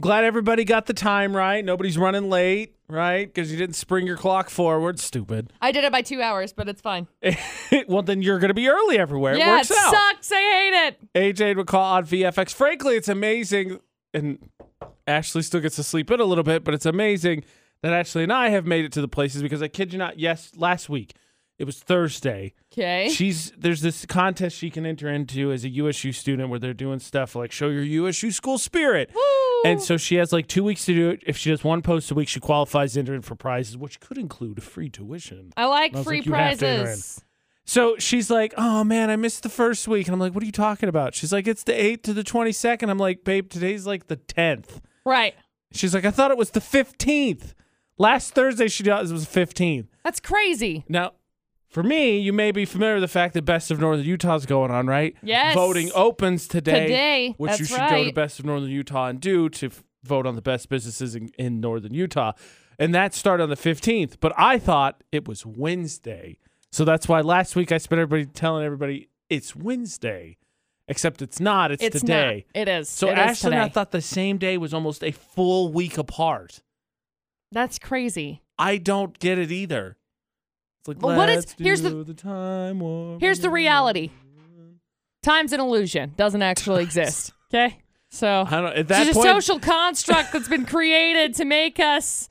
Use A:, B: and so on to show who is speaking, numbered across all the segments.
A: glad everybody got the time right. Nobody's running late, right? Because you didn't spring your clock forward. Stupid.
B: I did it by two hours, but it's fine.
A: well, then you're going to be early everywhere. it
B: yeah, it
A: works out.
B: sucks. I hate it.
A: AJ would call on VFX. Frankly, it's amazing, and Ashley still gets to sleep in a little bit, but it's amazing that Ashley and I have made it to the places because I kid you not, yes, last week it was Thursday.
B: Okay.
A: She's there's this contest she can enter into as a USU student where they're doing stuff like show your USU school spirit. And so she has like two weeks to do it. If she does one post a week, she qualifies to enter in for prizes, which could include free tuition.
B: I like
A: I was
B: free
A: like, you have to enter
B: prizes.
A: So she's like, "Oh man, I missed the first week," and I'm like, "What are you talking about?" She's like, "It's the eighth to the twenty second. I'm like, "Babe, today's like the tenth.
B: Right.
A: She's like, "I thought it was the fifteenth. Last Thursday she does it was fifteenth.
B: That's crazy.
A: Now, for me, you may be familiar with the fact that Best of Northern Utah's going on, right?
B: Yes.
A: Voting opens today,
B: Today.
A: which you
B: That's
A: should go to
B: right.
A: Best of Northern Utah and do to f- vote on the best businesses in, in Northern Utah, and that started on the fifteenth. But I thought it was Wednesday, so that's why last week I spent everybody telling everybody it's Wednesday, except it's not. It's,
B: It's
A: today.
B: not. It is.
A: So
B: It is
A: Ashley and I
B: today.
A: thought the same day was almost a full week apart.
B: That's crazy.
A: I don't get it either. It's like
B: But what is-
A: "Let's
B: here's the-
A: do time warp
B: Here's the
A: again."
B: reality. Time's an illusion. Doesn't actually exist. Okay. So
A: I don't. At
B: it's
A: that
B: just
A: point,
B: a social construct that's been created to make us.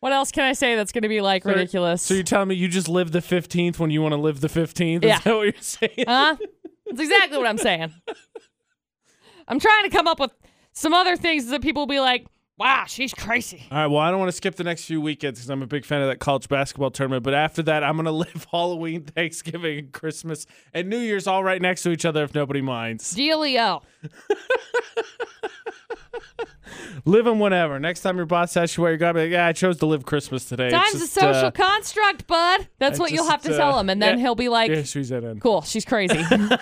B: What else can I say that's going to be like
A: so-
B: ridiculous?
A: So you're telling me you just live the fifteenth when you want to live the fifteenth?
B: Yeah. Uh,
A: Is that what you're saying?
B: Huh? That's exactly what I'm saying. I'm trying to come up with some other things that people will be like, wow, she's crazy.
A: All right. Well, I don't want to skip the next few weekends because I'm a big fan of that college basketball tournament. But after that, I'm going to live Halloween, Thanksgiving, and Christmas and New Year's all right next to each other if nobody minds.
B: Dealio.
A: Live them whenever. Next time your boss asks you where you're going, be like, yeah, I chose to live Christmas today. It's
B: Time's a
A: just,
B: social
A: uh,
B: construct, bud. That's
A: I
B: what you'll
A: just,
B: have to
A: uh,
B: tell him. And then
A: yeah.
B: he'll be like,
A: yeah, she's in.
B: cool, she's crazy. it's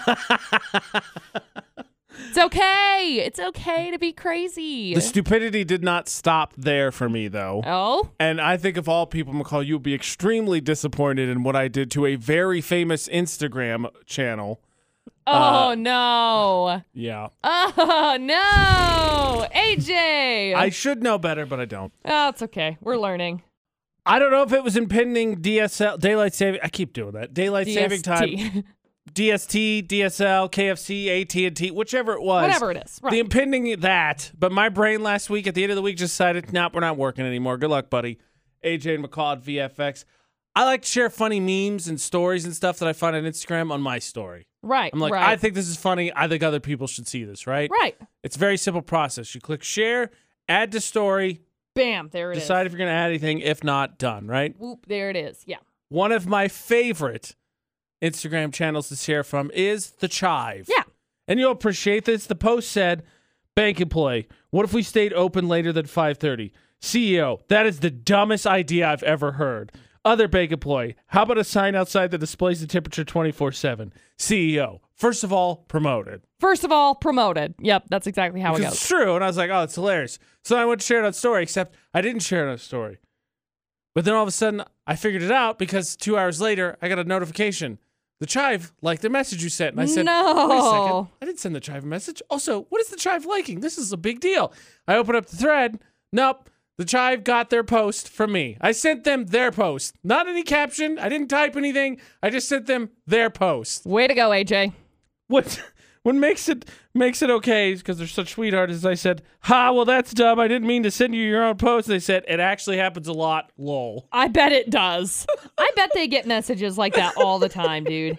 B: okay. It's okay to be crazy.
A: The stupidity did not stop there for me, though.
B: oh,
A: And I think of all people, McCall, you would be extremely disappointed in what I did to a very famous Instagram channel. Uh,
B: oh no.
A: Yeah.
B: Oh no. AJ.
A: I should know better, but I don't.
B: oh, it's okay. We're learning.
A: I don't know if it was impending DSL, daylight saving. I keep doing that. Daylight saving time,
B: DST.
A: DST, DSL, KFC, AT and T, whichever it was.
B: Whatever it is. Right.
A: The impending that, but my brain last week at the end of the week just decided, nope, we're not working anymore. Good luck, buddy. AJ and McCall at VFX. I like to share funny memes and stories and stuff that I find on Instagram on my story.
B: right.
A: I'm like,
B: right.
A: I think this is funny. I think other people should see this, right?
B: Right.
A: It's a very simple process. You click share, add to story,
B: Bam. There it is.
A: decide if you're going to add anything. If not, done, right?
B: Whoop. There it is. Yeah.
A: One of my favorite Instagram channels to share from is The Chive.
B: Yeah.
A: And you'll appreciate this. The post said, bank employee, what if we stayed open later than 5.30? CEO, E that is the dumbest idea I've ever heard. Other bank employee, how about a sign outside that displays the temperature 24-7? CEO, E first of all, promoted.
B: First of all, promoted. Yep. That's exactly how it
A: Because
B: goes.
A: it's true. And I was like, oh, it's hilarious. So I went to share it on story, except I didn't share it on story. But then all of a sudden, I figured it out because two hours later, I got a notification. The Chive liked the message you sent. And I said, wait a second.
B: No.
A: I didn't send the Chive a message. Also, what is the Chive liking? This is a big deal. I opened up the thread. Nope. The Chive got their post from me. I sent them their post. Not any caption. I didn't type anything. I just sent them their post
B: Way to go, AJ.
A: what what makes it makes it okay is because they're such sweethearts is I said, Ha, well that's dumb. I didn't mean to send you your own post. They said, It actually happens a lot, lol.
B: I bet it does. I bet they get messages like that all the time, dude.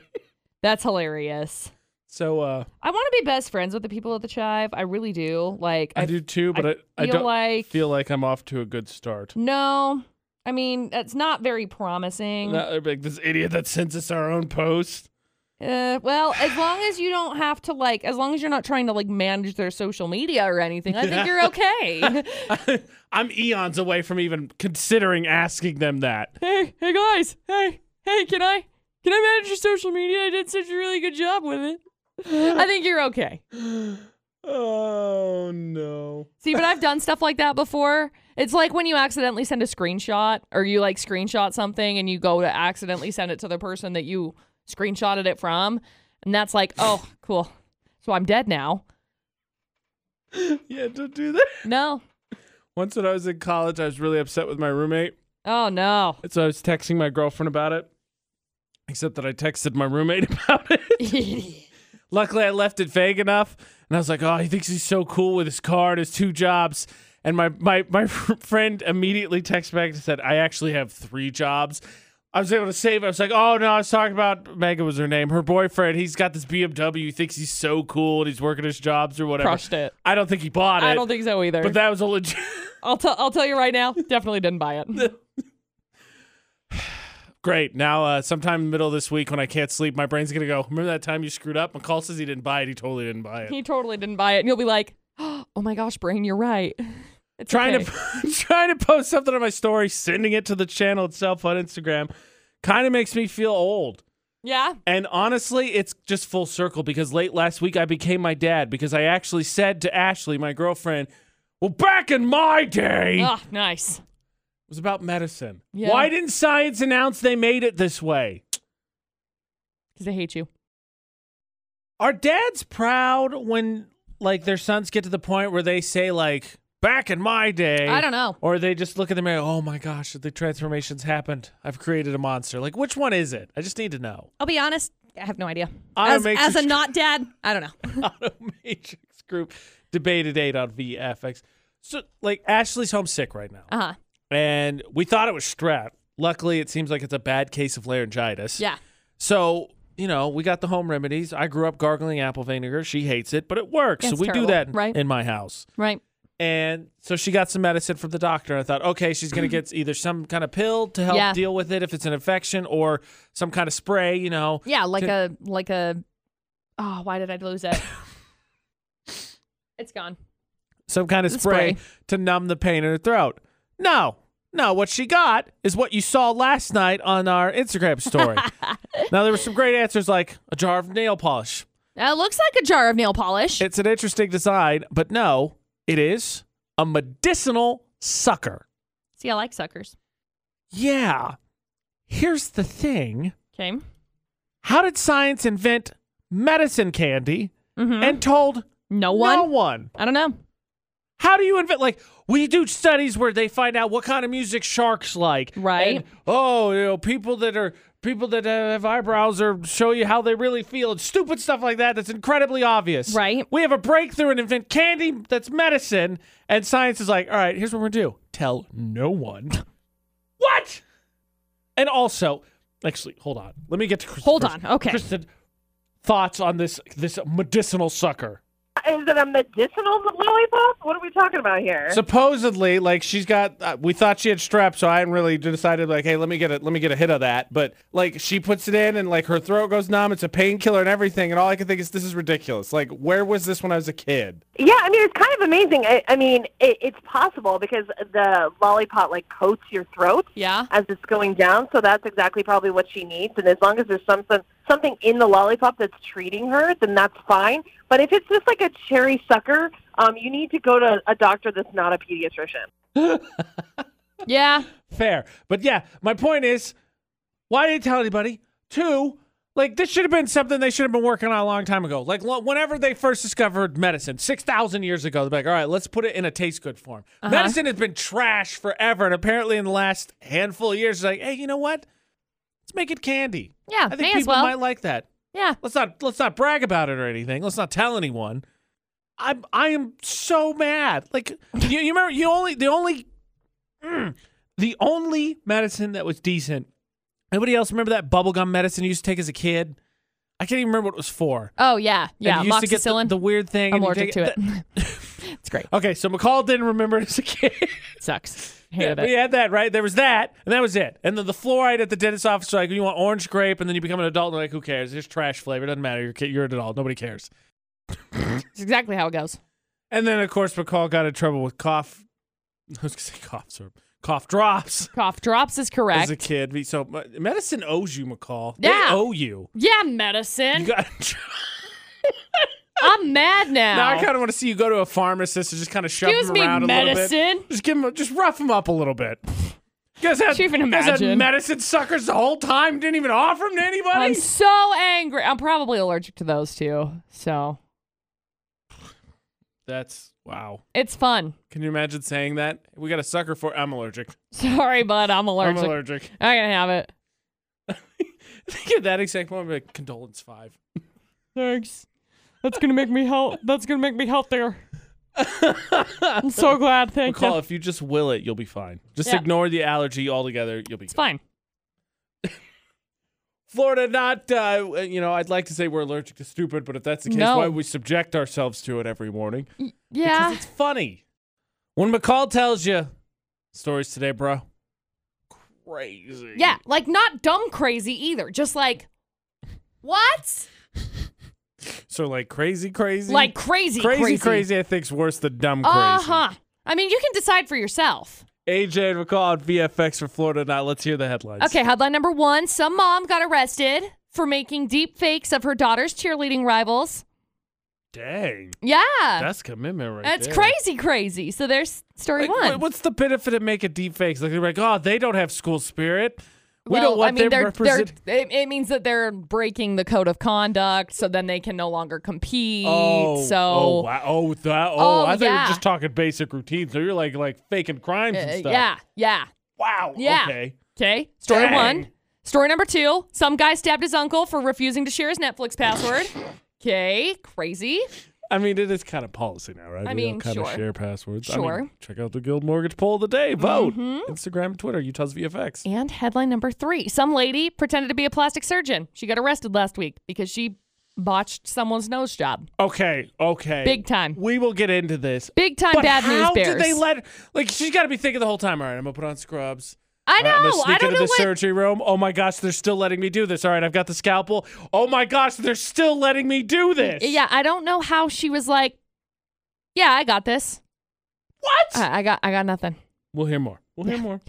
B: That's hilarious.
A: So uh
B: I want to be best friends with the people at the Chive. I really do. Like,
A: I, do too, but I, I,
B: feel
A: don't
B: like-
A: feel like Mm-hmm. I'm off to a good start.
B: no. I mean, that's not very promising.
A: Not- they're like this idiot that sends us our own post.
B: Uh, well, as long as you don't have to like, as long as you're not trying to like manage their social media or anything, I think you're okay.
A: I'm eons away from even considering asking them that.
B: hey, hey guys, hey, hey, can I can I manage your social media? I did such a really good job with it. I think you're okay.
A: Oh no.
B: See, but I've done stuff like that before. It's like when you accidentally send a screenshot or you like screenshot something and you go to accidentally send it to the person that you screenshotted it from. And that's like, oh, cool. So I'm dead now.
A: Yeah, don't do that.
B: No,
A: Once when I was in college, I was really upset with my roommate.
B: Oh no.
A: And so I was texting my girlfriend about it, except that I texted my roommate about it. Luckily, I left it vague enough, and I was like, "Oh, he thinks he's so cool with his car and his two jobs." And my my my friend immediately texted back and said, "I actually have three jobs." I was able to save. it. I was like, "Oh no, I was talking about Megan was her name, her boyfriend. He's got this BMW. He thinks he's so cool, and he's working his jobs or whatever."
B: Crushed it.
A: I don't think he bought it.
B: I don't think so either.
A: but that was a legit.
B: I'll tell I'll tell you right now, definitely didn't buy it.
A: Great. Now, uh, sometime in the middle of this week when I can't sleep, my brain's gonna go. Remember that time you screwed up? McCall says he didn't buy it. He totally didn't buy it.
B: He totally didn't buy it. And you'll be like, Oh my gosh, brain, you're right. It's
A: trying
B: okay.
A: to trying to post something on my story, sending it to the channel itself on Instagram, kind of makes me feel old.
B: Yeah.
A: And honestly, it's just full circle because late last week I became my dad because I actually said to Ashley, my girlfriend, "Well, back in my day,
B: Ah, nice.
A: it was about medicine.
B: Yeah.
A: Why didn't science announce they made it this way?"
B: Because I hate you.
A: Are dads proud when like their sons get to the point where they say like back in my day?
B: I don't know.
A: Or they just look at the mirror, oh my gosh, the transformation's happened. I've created a monster. Like which one is it? I just need to know.
B: I'll be honest. I have no idea.
A: Auto
B: as
A: makes
B: as
A: you-
B: a not dad, I don't know.
A: Auto Matrix group debated eight on VFX. So like Ashley's homesick right now.
B: Uh huh.
A: And we thought it was strep. Luckily it seems like it's a bad case of laryngitis.
B: Yeah.
A: So you know, we got the home remedies. I grew up gargling apple vinegar. She hates it, but it works. so
B: That's
A: we
B: terrible,
A: do that in-
B: right?
A: in my house.
B: Right.
A: And so she got some medicine from the doctor. I thought, okay, she's going to get either some kind of pill to help
B: Yeah.
A: deal with it if it's an infection or some kind of spray, you know.
B: Yeah, like
A: Did-
B: a like a oh, why did I lose it? it's gone.
A: some kind of
B: The
A: spray,
B: spray.
A: to numb the pain in her throat. No, no. What she got is what you saw last night on our Instagram story. now, there were some great answers like a jar of nail polish.
B: It looks like a jar of nail polish.
A: It's an interesting design, but no, it is a medicinal sucker.
B: See, I like suckers.
A: Yeah. Here's the thing
B: Okay.
A: how did science invent medicine candy
B: Mhm.
A: and told
B: No one.
A: no one?
B: I don't know.
A: How do you invent? Like, we do studies where they find out what kind of music sharks like.
B: Right.
A: And, oh, you know, people that are people that have eyebrows or show you how they really feel and stupid stuff like that. That's incredibly obvious.
B: Right.
A: We have a breakthrough and invent candy that's medicine, and science is like, all right, here's what we're gonna do: tell no one. what? And also, actually, hold on. Let me get to Chris-
B: Hold
A: Chris-
B: on. Okay.
A: Kristen, thoughts on this this medicinal sucker?
C: Is it a medicinal lollipop? What are we talking about here?
A: Supposedly, like she's got. Uh, we thought she had strep, so I hadn't really decided. Like, hey, let me get a let me get a hit of that. But like, she puts it in, and like her throat goes numb. It's a painkiller and everything. And all I can think is, this is ridiculous. Like, where was this when I was a kid?
C: yeah, I mean it's kind of amazing. I, I mean it, it's possible because the lollipop like coats your throat
B: Yeah.
C: as it's going down, so that's exactly probably what she needs. And as long as there's something something in the lollipop that's treating her, then that's fine. But if it's just like a cherry sucker, um, you need to go to a doctor that's not a pediatrician.
B: Yeah.
A: Fair, but yeah, my point is, why didn't tell anybody? Two. Like this should have been something they should have been working on a long time ago. Like lo- whenever they first discovered medicine, six thousand years ago, they're like, "All right, let's put it in a taste good form."
B: Uh-huh.
A: Medicine has been trash forever, and apparently in the last handful of years, it's like, "Hey, you know what? Let's make it candy."
B: Yeah.
A: I think
B: May as
A: people
B: well.
A: might like that.
B: yeah.
A: Let's not let's not brag about it or anything. Let's not tell anyone. I'm I am so mad. Like you, you remember you only the only mm, the only medicine that was decent. Anybody else remember that bubblegum medicine you used to take as a kid? I can't even remember what it was for.
B: Oh yeah. Yeah.
A: and you used to get the,
B: Amoxicillin.
A: the weird thing. and
B: I'm
A: you
B: allergic
A: take
B: to it. it's great.
A: Okay, so McCall didn't remember it as a kid.
B: sucks. Hated
A: we
B: it.
A: had that right. There was that, and that was it. And then the fluoride at the dentist's office, like you want orange grape, and then you become an adult, and they're like who cares? It's trash flavor. It doesn't matter. You're a kid- you're an adult. Nobody cares.
B: It's exactly how it goes.
A: And then, of course, McCall got in trouble with cough. I was gonna say cough syrup, cough drops
B: Cough drops is correct.
A: as a kid. Me- So uh, medicine owes you, McCall.
B: Yeah.
A: They owe you.
B: yeah,
A: You
B: medicine.
A: got.
B: I'm mad now.
A: now I kind of want to see you go to a pharmacist and just kind of shove
B: Excuse
A: him
B: me,
A: around a little
B: medicine.
A: bit. Just give him, just rough him up a little bit. Guess that.
B: She even
A: guys had
B: imagine.
A: medicine suckers the whole time didn't even offer him to anybody.
B: I'm so angry. I'm probably allergic to those too. So
A: That's wow.
B: It's fun.
A: Can you imagine saying that? We got a sucker for I'm allergic.
B: Sorry, bud. I'm allergic.
A: I'm allergic.
B: not gonna have it.
A: Think of that exact moment. Like, Condolence five.
B: Thanks. That's gonna make me health. That's gonna make me healthier. I'm so glad. Thank
A: McCall, if you just will it, you'll be fine. Just
B: Yeah.
A: ignore the allergy altogether. You'll be
B: It's
A: good.
B: fine.
A: Florida, not, uh, you know, I'd like to say we're allergic to stupid, but if that's the case,
B: No. Ah.
A: why would we subject ourselves to it every morning?
B: Yeah.
A: Because it's funny. When McCall tells you stories today, bro, crazy.
B: Yeah. Like not dumb crazy either. Just like what?
A: So, like, crazy, crazy.
B: Like crazy.
A: crazy,
B: Crazy.
A: crazy, I think's worse than dumb crazy.
B: Uh huh. I mean, you can decide for yourself.
A: AJ and McCall on VFX for Florida Not. Let's hear the headlines.
B: Okay, headline number one Some mom got arrested for making deep fakes of her daughter's cheerleading rivals.
A: Dang.
B: Yeah.
A: That's commitment right
B: That's
A: there.
B: crazy, crazy. So there's story
A: Like,
B: one.
A: what- what's the benefit of making deep fakes? Like, they're like, oh, they don't have school spirit. We
B: well,
A: don't want
B: I mean,
A: them
B: they're,
A: represent.
B: they're, it, it means that they're breaking the code of conduct, so then they can no longer compete.
A: Oh,
B: so
A: oh, wow. oh, that, oh,
B: Oh,
A: I thought you
B: yeah.
A: were just talking basic routines. So you're like, like faking crimes
B: uh,
A: and stuff.
B: yeah, yeah.
A: Wow.
B: Yeah.
A: Okay.
B: Okay, story
A: Dang.
B: one. Story number two. Some guy stabbed his uncle for refusing to share his Netflix password. Okay, crazy.
A: I mean, it is kind of policy now, right?
B: I
A: we
B: mean,
A: all kind
B: sure.
A: of share passwords. I
B: Sure. Mm-hmm.
A: mean, check out the Guild Mortgage poll of the day. Vote. Instagram and Twitter, Utah's VFX.
B: And headline number three some lady pretended to be a plastic surgeon. She got arrested last week because she botched someone's nose job.
A: Okay. Okay.
B: Big time.
A: We will get into this.
B: Big time
A: But
B: bad
A: how
B: news bears.
A: did they let? Like, she's got to be thinking the whole time. All right, I'm gonna put on scrubs.
B: I
A: All right, I'm
B: know.
A: gonna sneak
B: I don't
A: into
B: know
A: the
B: what.
A: surgery room. Oh my gosh, they're still letting me do this. All right, I've got the scalpel. Oh my gosh, they're still letting me do this.
B: Yeah, I don't know how she was like. Yeah, I got this.
A: What?
B: I, I got. I got nothing.
A: We'll hear more. We'll hear more.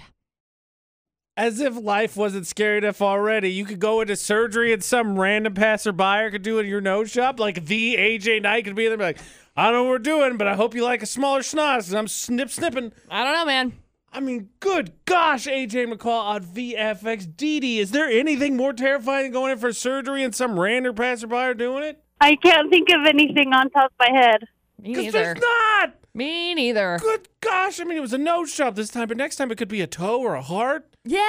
A: As if life wasn't scary enough already, you could go into surgery and some random passerby could do it in your nose shop. Like the AJ Knight could be there, and be like, I don't know what we're doing, but I hope you like a smaller schnoz. And I'm snip snipping.
B: I don't know, man.
A: I mean, good gosh, AJ McCall on VFX. DD, is there anything more terrifying than going in for surgery and some random passerby are doing it?
C: I can't think of anything on top of my head.
B: Me
A: Because
B: neither.
A: there's not.
B: Me neither.
A: Good gosh. I mean, it was a nose shop this time, but next time it could be a toe or a heart.
B: Yeah.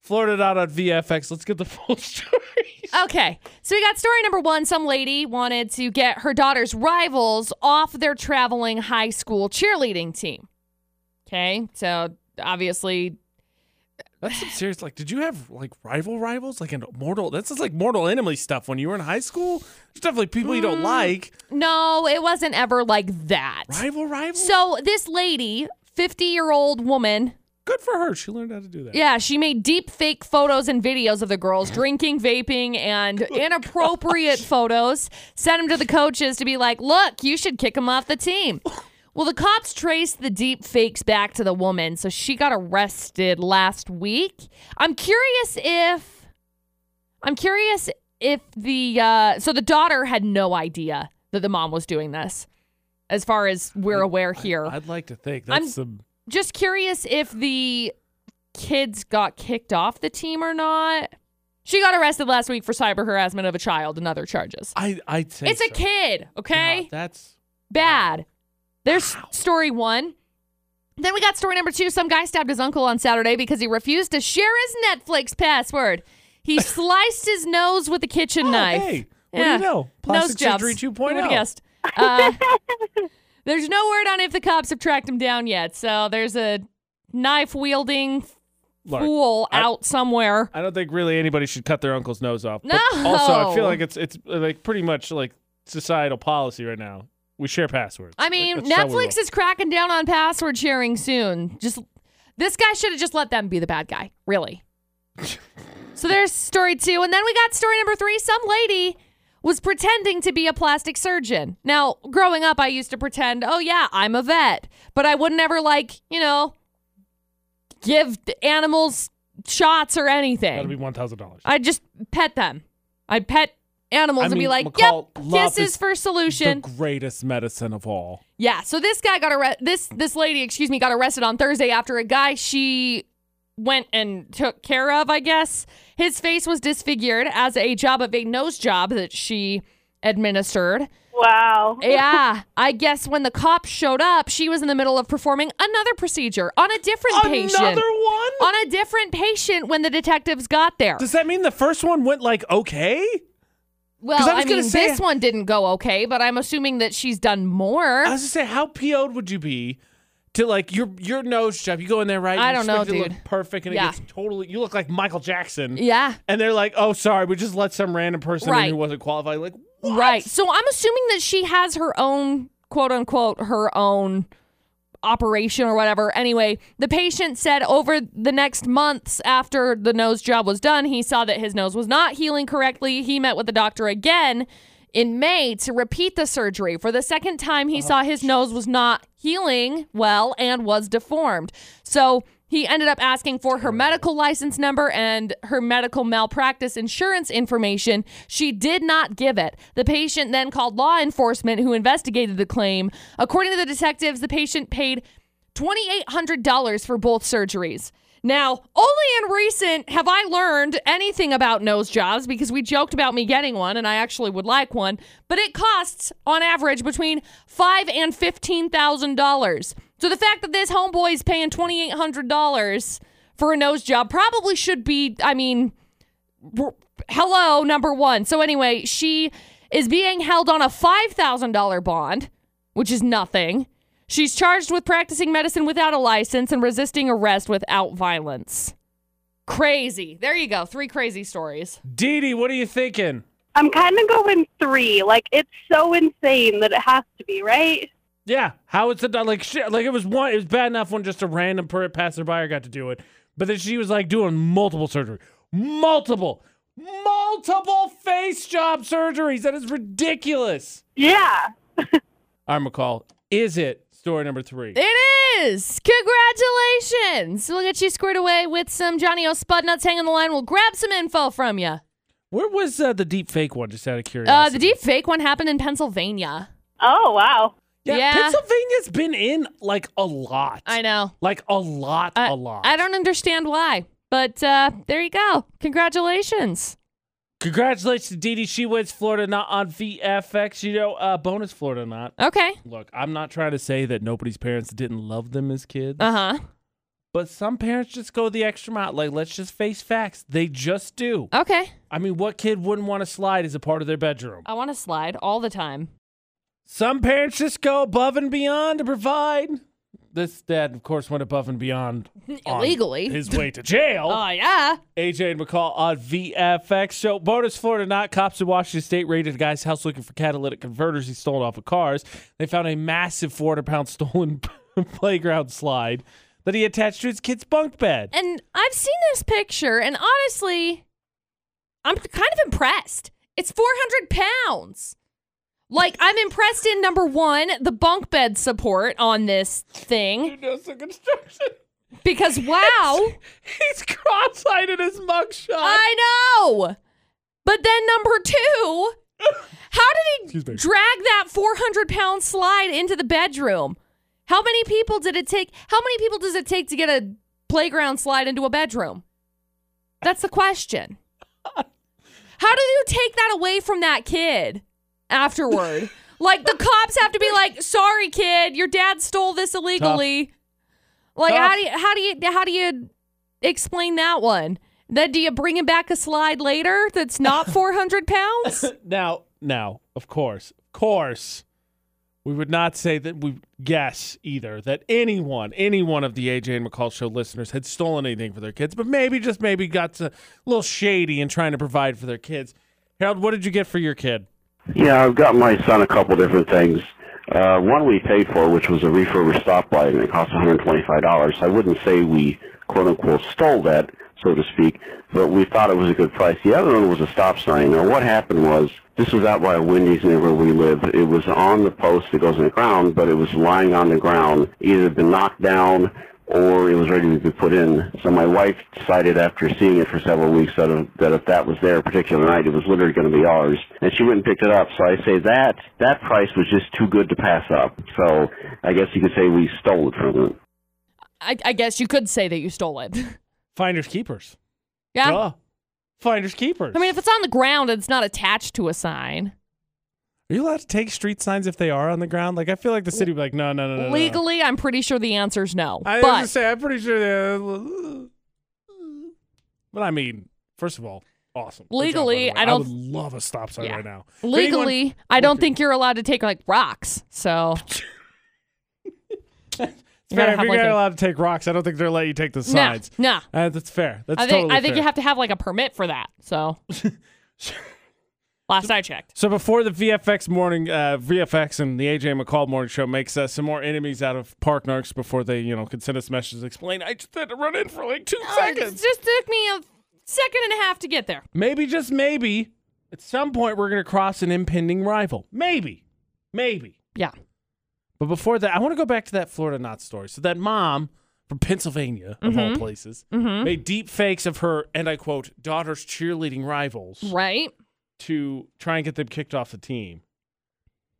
A: Florida out on VFX. Let's get the full story.
B: Okay. So we got story number one. Some lady wanted to get her daughter's rivals off their traveling high school cheerleading team. Okay. So obviously,
A: That's some serious. Like, did you have like rival rivals? Like, an mortal. That's just like mortal enemy stuff when you were in high school. There's definitely people you
B: Mm.
A: don't like.
B: no, it wasn't ever like that.
A: Rival rivals.
B: So this lady, 50 year old woman,
A: Good for her. She learned how to do that.
B: Yeah, she made deep fake photos and videos of the girls drinking, vaping, and inappropriate photos. Sent them to the coaches to be like, look, you should kick them off the team. Well, the cops traced the deep fakes back to the woman, so she got arrested last week. I'm curious if. I'm curious if the. Uh, so the daughter had no idea that the mom was doing this, as far as we're aware here
A: I'd like to think
B: I'm-
A: that's some.
B: just curious if the kids got kicked off the team or not. She got arrested last week for cyber harassment of a child and other charges.
A: I I think
B: It's a kid, okay?
A: that's
B: Bad. There's story one. Then we got story number two. Some guy stabbed his uncle on Saturday because he refused to share his Netflix password. He sliced his nose with a kitchen knife.
A: oh, Hey, what do
B: Yeah.
A: you know? Plastic
B: Nose jobs.
A: surgery oh.
B: Who would've
A: 2.0.
B: guessed? Uh, there's no word on if the cops have tracked him down yet. So there's a knife wielding
A: Look,
B: fool
A: I-
B: out somewhere.
A: I don't think really anybody should cut their uncle's nose off. but
B: No.
A: Also, I feel like it's it's uh, like pretty much like societal policy right now. We share passwords.
B: I mean,
A: Like, that's how we
B: Netflix
A: roll.
B: is cracking down on password sharing soon. Just this guy should have just let them be the bad guy, really. so there's story two, and then we got story number three. Some lady was pretending to be a plastic surgeon. Now, growing up, I used to pretend, oh yeah, I'm a vet, but I would never like, you know, give the animals shots or anything.
A: That'll be one thousand dollars.
B: I'd just pet them. I'd pet animals
A: I
B: and be
A: mean,
B: like,
A: McCall,
B: yep,
A: love
B: this is
A: is
B: for solution.
A: The greatest medicine of all.
B: Yeah, so this guy got arrested. This this lady, excuse me, got arrested on Thursday after a guy she went and took care of. I guess his face was disfigured as a job of a nose job that she administered.
C: Wow.
B: Yeah, I guess when the cops showed up, she was in the middle of performing another procedure on a different patient.
A: Another one?
B: on a different patient when the detectives got there.
A: Does that mean the first one went like okay?
B: well,
A: 'cause I
B: I,
A: was gonna
B: mean,
A: say-
B: this one didn't go okay, but I'm assuming that she's done more.
A: I was gonna say, how PO'd would you be to like your your nose job? You go in there, right?
B: I
A: you
B: don't know,
A: expect it To look
B: dude.
A: perfect, and
B: Yeah.
A: it gets totally. You look like Michael Jackson.
B: yeah.
A: And they're like, oh, sorry, we just let some random person in
B: Right.
A: who wasn't qualified. Like, what?
B: Right. So I'm assuming that she has her own quote unquote her own operation or whatever. Anyway, the patient said over the next months after the nose job was done, he saw that his nose was not healing correctly. He met with the doctor again in May to repeat the surgery. For the second time, he saw his nose was not healing well and was deformed. So he ended up asking for her medical license number and her medical malpractice insurance information. She did not give it. The patient then called law enforcement, who investigated the claim. According to the detectives, the patient paid $2,800 for both surgeries. Now, only in recent have I learned anything about nose jobs because we joked about me getting one and I actually would like one, but it costs on average between five and fifteen thousand dollars. So the fact that this homeboy is paying twenty eight hundred dollars for a nose job probably should be, I mean, r- hello, number one. So anyway, she is being held on a $5,000 bond, which is nothing. She's charged with practicing medicine without a license and resisting arrest without violence. Crazy. There you go. Three crazy stories.
A: Dee Dee, what are you thinking?
C: I'm kind of going three. Like, it's so insane that it has to be, right?
A: Yeah, how it's the do- like shit? Like it was one. It was bad enough when just a random per- passerby got to do it, but then she was like doing multiple surgery, multiple, multiple face job surgeries. That is ridiculous.
C: Yeah.
A: All right, McCall, is it story number three?
B: It is! Congratulations! We'll get you squared away with some Johnny O. Spudnuts. Hang on the line. We'll grab some info from you.
A: Where was uh, the deep fake one? Just out of curiosity.
B: Uh, the deep fake one happened in Pennsylvania.
C: Oh, wow.
A: Yeah,
B: Yeah.
A: Pennsylvania's been in like a lot.
B: I know.
A: Like a lot,
B: I-
A: a lot.
B: I don't understand why, but uh, there you go. Congratulations.
A: Congratulations to Dee Dee. She wins Florida Not on VFX. You know, uh, bonus Florida Not.
B: Okay.
A: Look, I'm not trying to say that nobody's parents didn't love them as kids,
B: Uh huh.
A: but some parents just go the extra mile. Like, let's just face facts. They just do.
B: Okay.
A: I mean, what kid wouldn't want to slide as a part of their bedroom?
B: I want to slide all the time.
A: Some parents just go above and beyond to provide. This dad, of course, went above and beyond on
B: Illegally.
A: His way to jail.
B: Oh, yeah.
A: AJ and McCall on VFX. So, bonus Florida not cops in Washington State raided a guy's house looking for catalytic converters he stole off of cars. They found a massive 400 pound stolen playground slide that he attached to his kid's bunk bed.
B: And I've seen this picture, and honestly, I'm kind of impressed. It's 400 pounds. Like, I'm impressed in number one, the bunk bed support on this thing,
A: knows the construction.
B: because wow.
A: He's cross eyed in his mugshot.
B: I know. But then number two, how did he
A: Excuse me.
B: drag that 400 pound slide into the bedroom? How many people did it take? How many people does it take to get a playground slide into a bedroom? That's the question. How do you take that away from that kid afterward? like the cops have to be like, "Sorry, kid, your dad stole this illegally." Like
A: Tough.
B: how do you, how do you how do you explain that one? Then do you bring him back a slide later that's not 400 pounds?
A: Now, now, of course, of course, we would not say that we guess either that anyone, any one of the AJ and McCall show listeners had stolen anything for their kids, but maybe just maybe got to, a little shady in trying to provide for their kids. Harold, what did you get for your kid?
D: Yeah, I've got my son a couple different things. Uh, one we paid for, which was a refurbished stoplight, and it cost $125. I wouldn't say we quote unquote stole that, so to speak, but we thought it was a good price. The other one was a stop sign. Now, what happened was this was out by a Wendy's near where we live. It was on the post that goes in the ground, but it was lying on the ground, either had been knocked down or it was ready to be put in. So my wife decided after seeing it for several weeks that if, that if that was there a particular night, it was literally going to be ours. And she went and picked it up. So I say that that price was just too good to pass up. So I guess you could say we stole it from them.
B: I, I guess you could say that you stole it.
A: Finders keepers.
B: yeah.
A: Duh. Finders keepers.
B: I mean, if it's on the ground and it's not attached to a sign.
A: Are you allowed to take street signs if they are on the ground? Like I feel like the city would be like, no, no, no, no, no.
B: Legally, I'm pretty sure the answer is no.
A: Uh, I was
B: but
A: gonna say I'm pretty sure. That, but I mean, first of all, awesome. Good job, by the
B: Legally,
A: way.
B: I don't-
A: I would love a stop sign
B: Yeah.
A: right now. If anyone-
B: legally, I don't think you're allowed to take like rocks. So
A: It's fair.
B: gotta
A: If
B: have
A: you're
B: like
A: not
B: a-
A: allowed to take rocks, I don't think they're letting you take the signs.
B: no, no.
A: Uh, that's fair. That's
B: I think
A: totally
B: I think
A: fair.
B: you have to have like a permit for that. So last I checked.
A: So before the VFX morning, uh, VFX and the AJ McCall morning show makes uh, some more enemies out of park narcs before they, you know, can send us messages. Explain. I just had to run in for like two
B: It
A: seconds.
B: Uh, just took me a second and a half to get there.
A: Maybe just maybe, at some point we're gonna cross an impending rival. Maybe, maybe.
B: Yeah.
A: But before that, I want to go back to that Florida Knot story. So that mom from Pennsylvania, of all places, made deep fakes of her and I quote daughter's cheerleading rivals
B: Right?
A: to try and get them kicked off the team.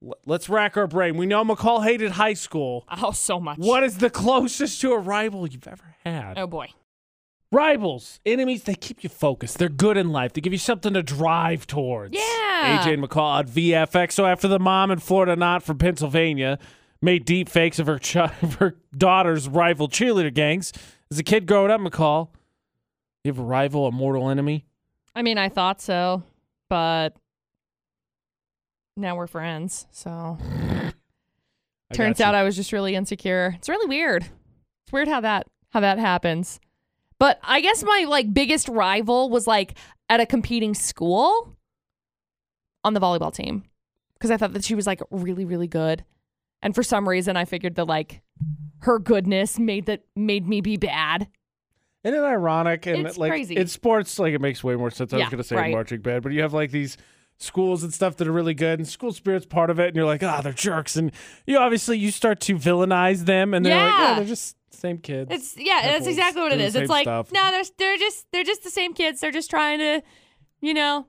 A: L- Let's rack our brain. We know McCall hated high school.
B: Oh, so much.
A: What is the closest to a rival you've ever had?
B: Oh boy.
A: Rivals, enemies, they keep you focused. They're good in life. They give you something to drive towards.
B: Yeah.
A: AJ and McCall at VFX. So after the mom in Florida Knot from Pennsylvania made deep fakes of her, ch- of her daughter's rival cheerleader gangs, as a kid growing up, McCall, you have a rival, a mortal enemy?
B: I mean, I thought so, but now we're friends. So
A: I
B: turns
A: got you.
B: out I was just really insecure. It's really weird. It's weird how that how that happens. But I guess my like biggest rival was like at a competing school on the volleyball team because I thought that she was like really really good. And for some reason I figured that like her goodness made that made me be bad.
A: Isn't it ironic? And
B: It's
A: like
B: crazy.
A: in sports, like it makes way more sense. I
B: Yeah,
A: was gonna say
B: right.
A: marching band, but you have like these schools and stuff that are really good, and school spirit's part of it, and you're like, ah, they're jerks, and you obviously you start to villainize them, and they're like,
B: Yeah.
A: oh, they're just same kids.
B: It's yeah,
A: Nipples,
B: that's exactly what it
A: do the
B: is. It's
A: same
B: like
A: stuff.
B: no, they're they're just they're just the same kids. They're just trying to, you know,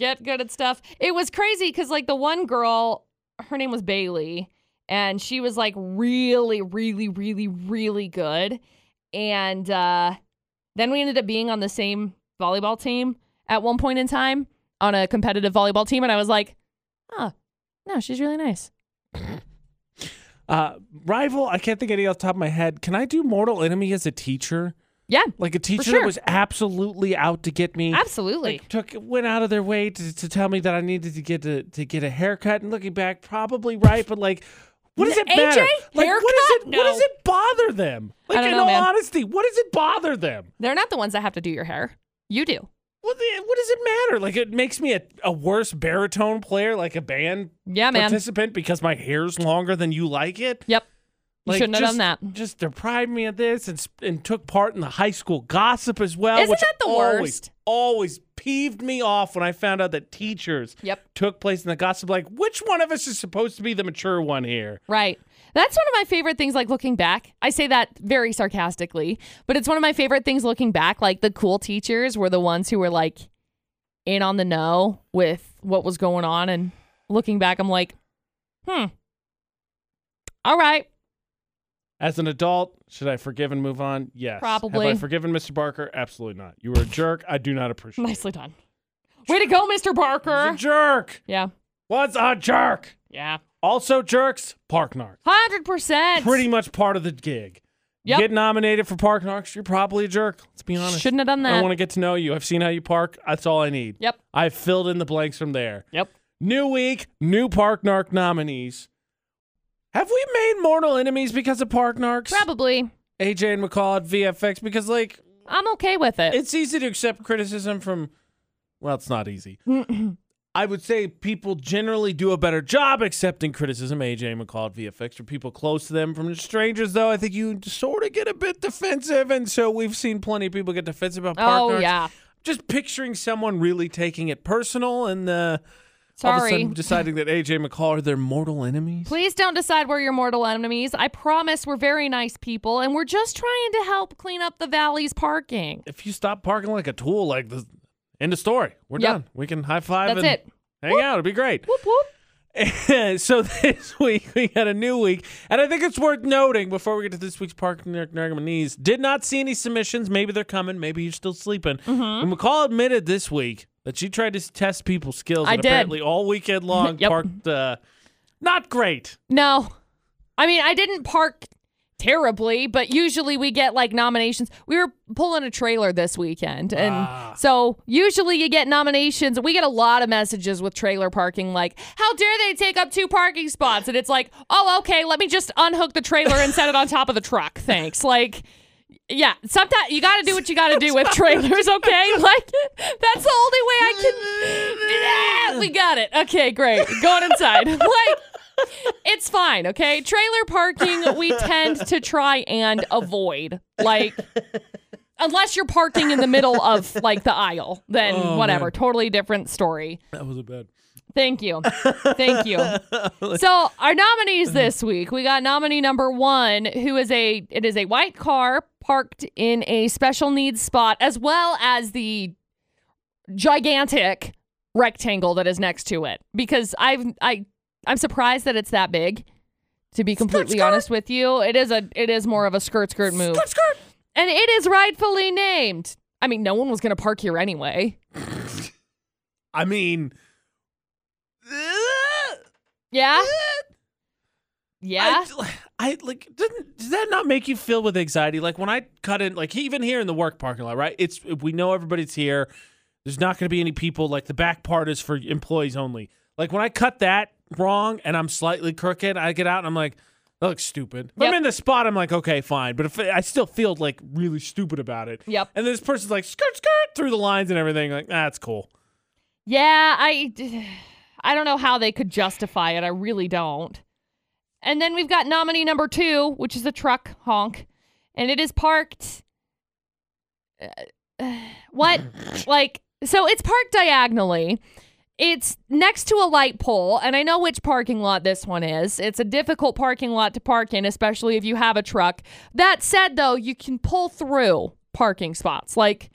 B: get good at stuff. It was crazy because like the one girl, her name was Bailey, and she was like really, really, really, really good. And uh, then we ended up being on the same volleyball team at one point in time on a competitive volleyball team, and I was like, oh, no, she's really nice.
A: uh, rival. I can't think of any off the top of my head. Can I do mortal enemy as a teacher?
B: Yeah,
A: Like a teacher
B: sure.
A: that was absolutely out to get me.
B: absolutely.
A: like, took went out of their way to, to tell me that I needed to get to, to get a haircut. And looking back, probably right, but like, what does
B: N-
A: it matter?
B: AJ?
A: Like, what does
B: Haircut?
A: it what does
B: No.
A: it bother them?
B: I
A: Like, in
B: don't know,
A: all
B: man.
A: honesty, what does it bother them?
B: They're not the ones that have to do your hair. You do.
A: What the, what does it matter? Like, it makes me a, a worse baritone player, like a band
B: Yeah, man.
A: participant, because my hair's longer than you like it.
B: Yep. You
A: Like,
B: shouldn't have
A: just,
B: done that.
A: Just deprived me of this, and sp- and took part in the high school gossip as well.
B: Isn't
A: which
B: that the
A: always,
B: worst?
A: Always peeved me off when I found out that teachers
B: Yep.
A: took place in the gossip. Like, which one of us is supposed to be the mature one here?
B: Right. That's one of my favorite things, like looking back. I say that very sarcastically, but it's one of my favorite things looking back. Like the cool teachers were the ones who were like in on the know with what was going on. And looking back, I'm like, hmm. All right.
A: As an adult, should I forgive and move on? Yes.
B: Probably.
A: Have I forgiven Mr. Barker? Absolutely not. You were a jerk. I do not appreciate. it.
B: Nicely done. Way to go, Mr. Barker.
A: He's a jerk.
B: Yeah.
A: Was a jerk.
B: Yeah.
A: Also jerks. Park narc.
B: 100%.
A: Pretty much part of the gig. You
B: Yep.
A: Get nominated for park narcs. You're probably a jerk. Let's be honest.
B: Shouldn't have done
A: I
B: that.
A: want to get to know you. I've seen how you park. That's all I need.
B: Yep.
A: I've filled in the blanks from there.
B: Yep.
A: New week, new Park Narc nominees. Have we made mortal enemies because of Park Narcs?
B: Probably.
A: AJ and McCall at VFX because like
B: I'm okay with it.
A: it's easy to accept criticism from well, it's not easy. I would say people generally do a better job accepting criticism, AJ and McCall at VFX, from people close to them. From strangers, though, I think you sort of get a bit defensive, and so we've seen plenty of people get defensive about Park
B: oh,
A: Narcs.
B: yeah.
A: Just picturing someone really taking it personal and uh, all of a
B: Sorry.
A: sudden deciding that AJ McCall are their mortal enemies.
B: Please don't decide we're your mortal enemies. I promise we're very nice people and we're just trying to help clean up the valley's parking.
A: If you stop parking like a tool, like this, end of story. We're
B: Yep.
A: done. We can high five
B: That's
A: and
B: it.
A: hang out. It'd be great.
B: Whoop whoop.
A: so this week we got a new week, and I think it's worth noting before we get to this week's Park Knees, did not see any submissions. Maybe they're coming. Maybe you're still sleeping.
B: Mm-hmm.
A: And McCall admitted this week that she tried to test people's skills.
B: I
A: and
B: did.
A: apparently all weekend long
B: Yep.
A: parked. Uh, not great.
B: No. I mean, I didn't park terribly, but usually we get like nominations. We were pulling a trailer this weekend. And so usually you get nominations. We get a lot of messages with trailer parking, like, how dare they take up two parking spots? And it's like, oh, okay, let me just unhook the trailer and set it on top of the truck. Thanks. Like, yeah, sometimes you got to do what you got to do with trailers, okay? Like, that's the only way I can. Yeah, we got it. Okay, great. Going inside. Like, it's fine, okay? Trailer parking, we tend to try and avoid. Like, unless you're parking in the middle of, like, the aisle, then whatever. Totally different story.
A: That was a bad.
B: Thank you. Thank you. So our nominees this week, we got nominee number one, who is a it is a white car parked in a special needs spot, as well as the gigantic rectangle that is next to it. Because I've I I'm surprised that it's that big. To be completely honest with you, it is a it is more of a skirt skirt move. Skirt skirt. And it is rightfully named. I mean, no one was going to park here anyway.
A: I mean,
B: Yeah. Yeah.
A: I, I like. Doesn't, does that not make you feel with anxiety? Like when I cut in, like even here in the work parking lot, right? It's we know everybody's here. There's not going to be any people. Like the back part is for employees only. Like when I cut that wrong and I'm slightly crooked, I get out and I'm like, that looks stupid. If I'm
B: Yep.
A: in the spot, I'm like, okay, fine. But if I still feel like really stupid about it.
B: Yep.
A: And this person's like skirt skirt through the lines and everything. Like that's cool.
B: Yeah, I I don't know how they could justify it. I really don't. And then we've got nominee number 2, which is a truck honk, and it is parked uh, uh, what? like so it's parked diagonally. It's next to a light pole, and I know which parking lot this one is. It's a difficult parking lot to park in, especially if you have a truck. That said, though, you can pull through parking spots. Like,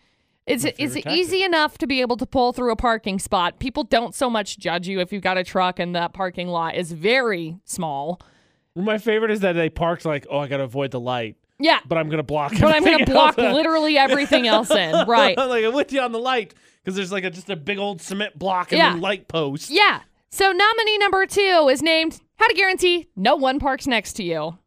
B: it's, it's easy enough to be able to pull through a parking spot. People don't so much judge you if you've got a truck and that parking lot is very small.
A: My favorite is that they parked like, oh, I got to avoid the light,
B: Yeah,
A: but I'm going to block.
B: but I'm going to
A: everything
B: block
A: else out.
B: literally everything else in. Right.
A: like I'm with you on the light because there's like a, just a big old cement block and
B: Yeah.
A: then light post.
B: Yeah. So nominee number two is named How to Guarantee No One Parks Next to You.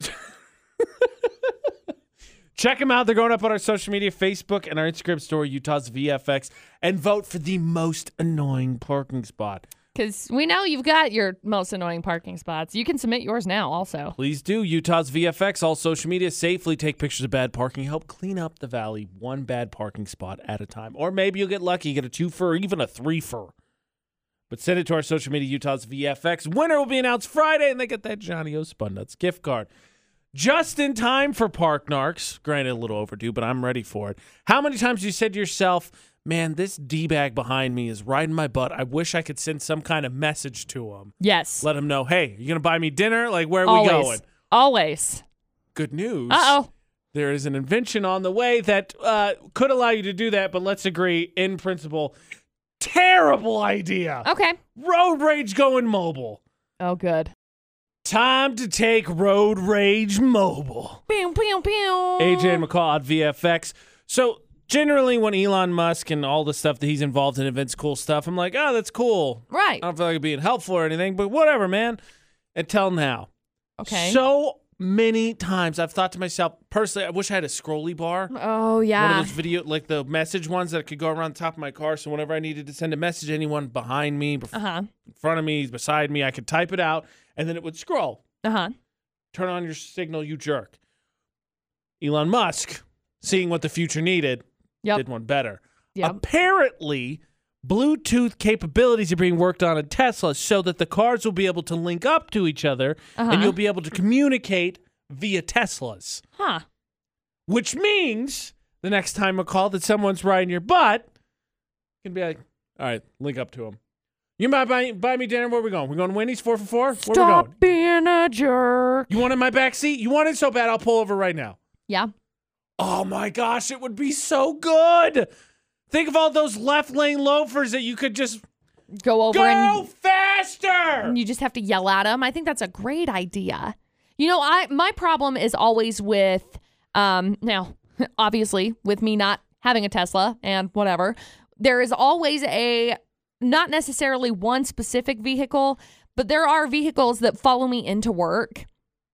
A: Check them out. They're going up on our social media, Facebook and our Instagram story, Utah's VFX, and vote for the most annoying parking spot.
B: Because we know you've got your most annoying parking spots. You can submit yours now, also.
A: Please do Utah's VFX all social media safely take pictures of bad parking, help clean up the valley one bad parking spot at a time. Or maybe you'll get lucky, get a two for or even a three for. But send it to our social media Utah's VFX. Winner will be announced Friday and they get that Johnny O Spun Nuts gift card. Just in time for Park Narcs. Granted, a little overdue, but I'm ready for it. How many times you said to yourself, man, this D bag behind me is riding my butt. I wish I could send some kind of message to him.
B: Yes.
A: Let him know, hey, you gonna buy me dinner? Like, where are
B: Always.
A: we going?
B: Always.
A: Good news.
B: Uh oh.
A: There is an invention on the way that uh, could allow you to do that, but let's agree, in principle, terrible idea.
B: Okay.
A: Road rage going mobile.
B: Oh, good.
A: Time to take road rage mobile.
B: Pew, pew, pew.
A: AJ
B: Uh-huh.
A: McCall at VFX. So generally, when Elon Musk and all the stuff that he's involved in invents cool stuff, I'm like, oh, that's cool.
B: Right.
A: I don't feel like it being helpful or anything, but whatever, man. Until now.
B: Okay.
A: So many times I've thought to myself, personally, I wish I had a scrolly bar.
B: oh,
A: One
B: yeah.
A: of those video, like the message ones that could go around the top of my car. So whenever I needed to send a message, anyone behind me, bef-
B: Uh huh.
A: in front of me, beside me, I could type it out, and then it would scroll.
B: Uh huh.
A: Turn on your signal, you jerk. Elon Musk, seeing what the future needed,
B: Yep.
A: did one better. uh,
B: Yep.
A: Apparently, Bluetooth capabilities are being worked on in Tesla so that the cars will be able to link up to each other,
B: Uh-huh.
A: and you'll be able to communicate via Teslas.
B: Huh.
A: Which means the next time a call that someone's riding your butt, you can be like, all right, link up to him. You might buy, buy me dinner. Where we going? We going to Winnie's four for four? Where we
B: Stop
A: going?
B: being a jerk.
A: You want in my back seat? You want it so bad, I'll pull over right now.
B: Yeah.
A: Oh my gosh, it would be so good. Think of all those left lane loafers that you could just
B: Go over
A: go
B: and
A: faster.
B: and you just have to yell at them. I think that's a great idea. You know, I my problem is always with um now obviously with me not having a Tesla and whatever. There is always a not necessarily one specific vehicle, but there are vehicles that follow me into work,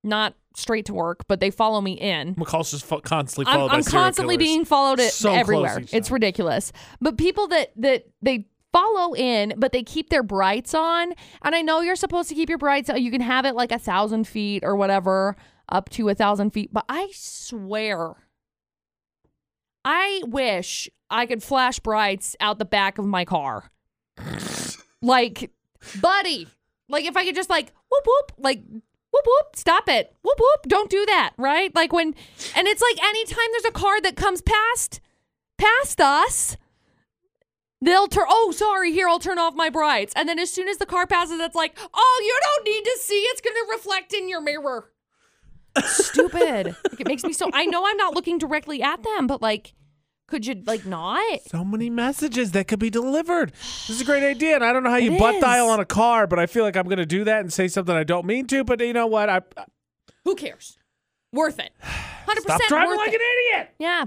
B: not straight to work, but they follow me in.
A: McCall's just fo- constantly
B: I'm,
A: followed by
B: I'm
A: serial
B: constantly
A: killers.
B: being followed at,
A: So close
B: everywhere.
A: each
B: It's
A: time.
B: ridiculous. But people that that they follow in, but they keep their brights on. And I know you're supposed to keep your brights on. You can have it like a thousand feet or whatever, up to a thousand feet. But I swear, I wish I could flash brights out the back of my car. like, buddy, like if I could just like whoop whoop like whoop whoop stop it whoop whoop don't do that right like when and it's like anytime there's a car that comes past past us they'll turn oh sorry here i'll turn off my brights and then as soon as the car passes it's like oh you don't need to see it's going to reflect in your mirror stupid like, it makes me so i know i'm not looking directly at them but like could you like not
A: So many messages that could be delivered. This is a great idea, and I don't know how you
B: It
A: butt dial
B: is.
A: on a car, but I feel like I'm going to do that and say something I don't mean to. But you know what? I, I
B: who cares worth it 100%
A: stop driving
B: worth
A: like an
B: it.
A: idiot.
B: yeah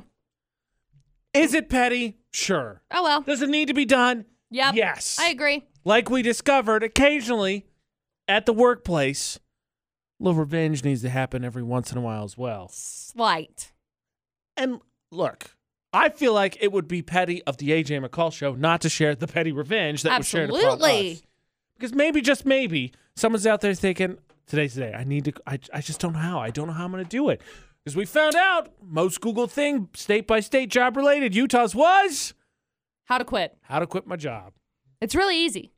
A: Is it petty? Sure.
B: oh well
A: Does it need to be done?
B: yep
A: Yes.
B: i agree
A: Like we discovered occasionally at the workplace, little revenge needs to happen every once in a while as well.
B: slight
A: And look, I feel like it would be petty of the AJ McCall show not to share the petty revenge that was shared upon
B: Absolutely.
A: us. Because maybe, just maybe, someone's out there thinking, today's the day. I need to, I, I just don't know how. I don't know how I'm going to do it. Because we found out most Google thing, state by state, job related, Utah's was
B: how to quit
A: how to quit my job.
B: It's really easy.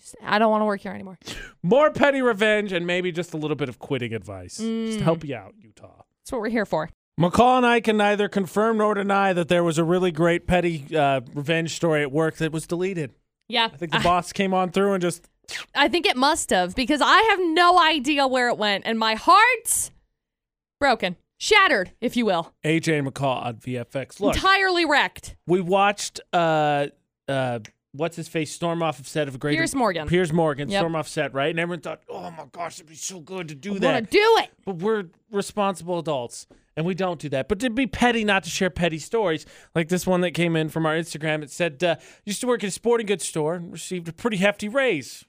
B: Just, I don't want to work here anymore.
A: More petty revenge and maybe just a little bit of quitting advice. Just to help you out, Utah.
B: That's what we're here for.
A: McCall and I can neither confirm nor deny that there was a really great petty uh, revenge story at work that was deleted.
B: Yeah.
A: I think the boss came on through and just
B: I think it must have because I have no idea where it went and my heart's broken, shattered, if you will,
A: AJ and McCall on VFX. Look,
B: entirely wrecked.
A: we watched uh uh what's his face storm off of set of Great
B: Piers Morgan.
A: Piers Morgan
B: Yep.
A: storm off set, right? And everyone thought, "Oh my gosh, it'd be so good to do
B: I'm
A: that."
B: going to do it.
A: but we're responsible adults and we don't do that. But it'd be petty not to share petty stories like this one that came in from our Instagram. It said, uh, used to work at a sporting goods store and received a pretty hefty raise.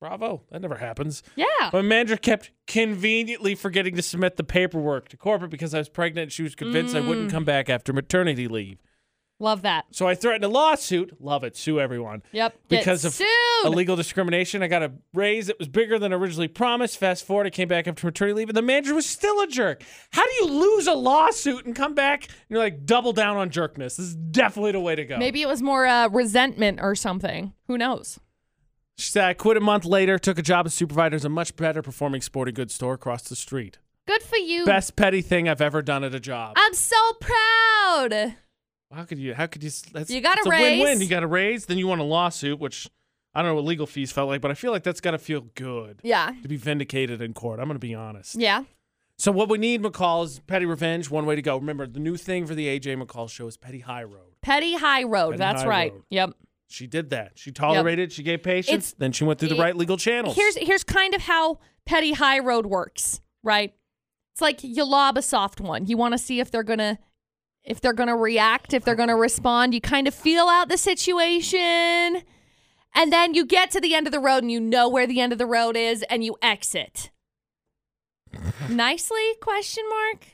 A: Bravo. That never happens.
B: Yeah.
A: My manager kept conveniently forgetting to submit the paperwork to corporate because I was pregnant and she was convinced I
B: Mm.
A: wouldn't come back after maternity leave.
B: Love that.
A: So I threatened a lawsuit. Love it. Sue everyone.
B: Yep. Get
A: Because of
B: sued.
A: illegal discrimination, I got a raise that was bigger than originally promised. Fast forward, I came back after maternity leave, and the manager was still a jerk. How do you lose a lawsuit and come back and you're like double down on jerkness? This is definitely the way to go.
B: Maybe it was more uh, resentment or something. Who knows?
A: She said, I quit a month later, took a job as supervisor at a much better performing sporting goods store across the street.
B: Good for you.
A: Best petty thing I've ever done at a job.
B: I'm so proud.
A: How could you? How could you? s- That's,
B: You got a
A: it's
B: raise.
A: win-win. You got a raise, then you want a lawsuit, which I don't know what legal fees felt like, but I feel like that's got to feel good
B: Yeah.
A: to be vindicated in court. I'm going to be honest.
B: Yeah.
A: So what we need, McCall, is petty revenge. One way to go. Remember, the new thing for the AJ McCall show is petty high road.
B: Petty High Road.
A: Petty
B: That's
A: high
B: right.
A: road.
B: Yep.
A: She did that. She tolerated. She gave patience.
B: It's-
A: then she went through the
B: it-
A: right legal channels.
B: Here's here's kind of how petty high road works, right? It's like you lob a soft one. You want to see if they're gonna if they're gonna react, if they're gonna respond. You kind of feel out the situation, and then you get to the end of the road and you know where the end of the road is, and you exit. Nicely? Question mark.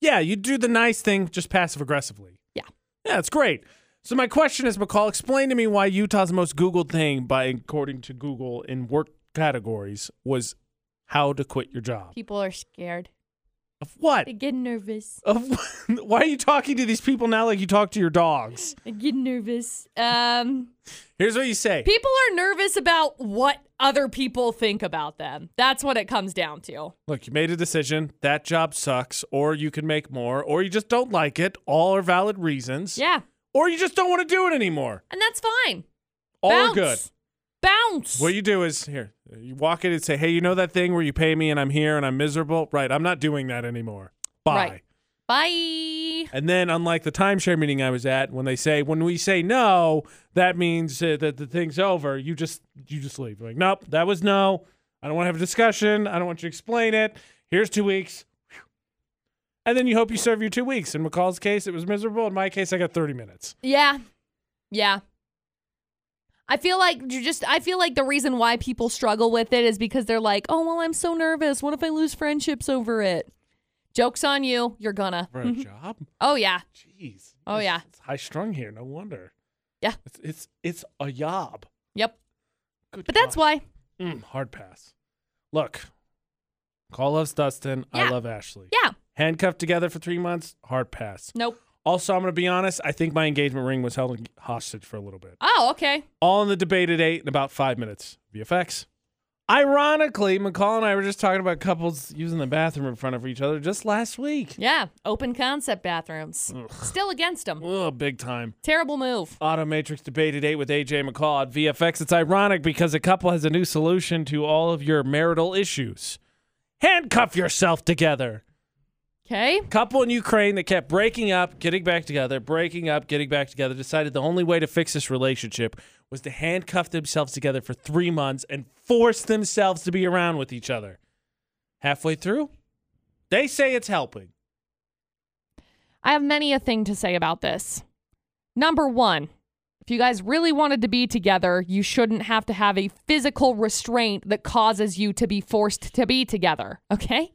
A: yeah, you do the nice thing, just passive aggressively.
B: Yeah.
A: Yeah, it's great. So my question is, McCall, explain to me why Utah's most Googled thing, by according to Google, in work categories was how to quit your job.
B: People are scared.
A: Of what?
B: They get nervous.
A: Of why are you talking to these people now like you talk to your dogs?
B: They get nervous. Um.
A: Here's what you say.
B: People are nervous about what other people think about them. That's what it comes down to.
A: Look, you made a decision. That job sucks, or you can make more, or you just don't like it. All are valid reasons.
B: Yeah.
A: Or you just don't want to do it anymore.
B: And that's fine.
A: All
B: Bounce.
A: are good.
B: Bounce.
A: What you do is here, you walk in and say, hey, you know that thing where you pay me and I'm here and I'm miserable? Right. I'm not doing that anymore. Bye.
B: Right. Bye.
A: And then, unlike the timeshare meeting I was at, when they say when we say no, that means uh, that the thing's over. You just you just leave. You're like, nope, that was no. I don't want to have a discussion. I don't want you to explain it. Here's two weeks. Phew. And then you hope you serve your two weeks. In McCall's case, it was miserable. In my case, I got 30 minutes.
B: Yeah. Yeah. I feel like you just I feel like the reason why people struggle with it is because they're like, "Oh, well, I'm so nervous. What if I lose friendships over it?" Jokes on you. You're gonna.
A: For a job?
B: Oh yeah.
A: Jeez.
B: Oh,
A: It's-
B: yeah.
A: It's high strung here. No wonder.
B: Yeah.
A: It's it's, it's a job.
B: Yep.
A: Good
B: But that's
A: God.
B: why
A: Mm, hard pass. Look, call loves Dustin. I
B: Yeah.
A: love Ashley.
B: Yeah.
A: Handcuffed together for three months. Hard pass.
B: Nope.
A: Also, I'm going to be honest. I think my engagement ring was held hostage for a little bit.
B: Oh, okay.
A: All in the debate at eight in about five minutes. VFX. Ironically, McCall and I were just talking about couples using the bathroom in front of each other just last week.
B: Yeah. Open concept bathrooms.
A: Ugh.
B: Still against them.
A: Oh, big time.
B: Terrible move.
A: Automatrix debate at eight with AJ McCall at VFX. It's ironic because a couple has a new solution to all of your marital issues. Handcuff yourself together.
B: Okay.
A: Couple in Ukraine that kept breaking up, getting back together, breaking up, getting back together, decided the only way to fix this relationship was to handcuff themselves together for three months and force themselves to be around with each other. Halfway through, they say it's helping.
B: I have many a thing to say about this. Number one, if you guys really wanted to be together, you shouldn't have to have a physical restraint that causes you to be forced to be together. Okay?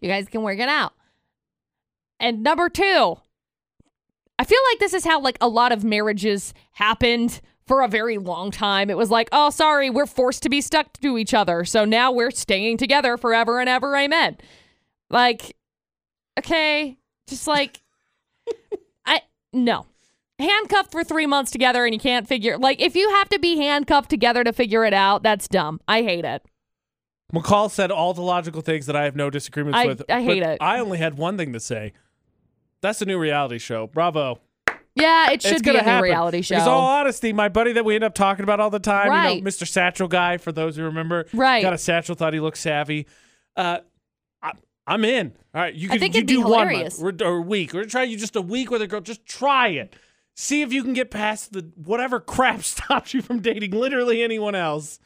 B: You guys can work it out. And number two, I feel like this is how like a lot of marriages happened for a very long time. It was like, oh, sorry, we're forced to be stuck to each other. So now we're staying together forever and ever. Amen. Like, okay, just like, I, no. Handcuffed for three months together and you can't figure, like, if you have to be handcuffed together to figure it out, that's dumb. I hate it.
A: McCall said all the logical things that I have no disagreements
B: I-
A: with.
B: I hate
A: but
B: it.
A: I only had one thing to say. That's a new reality show. Bravo.
B: Yeah, it should
A: it's
B: be
A: gonna
B: a new
A: happen.
B: reality show.
A: Because all honesty, my buddy that we end up talking about all the time, you
B: Right.
A: know, Mr. Satchel guy, for those who remember,
B: Right.
A: got a satchel, thought he looked savvy. Uh, I, I'm in. All right, you
B: I
A: can
B: think
A: you
B: it'd be
A: do one month
B: hilarious.
A: or, or a week, or try you just a week with a girl. Just try it. See if you can get past the whatever crap stops you from dating literally anyone else,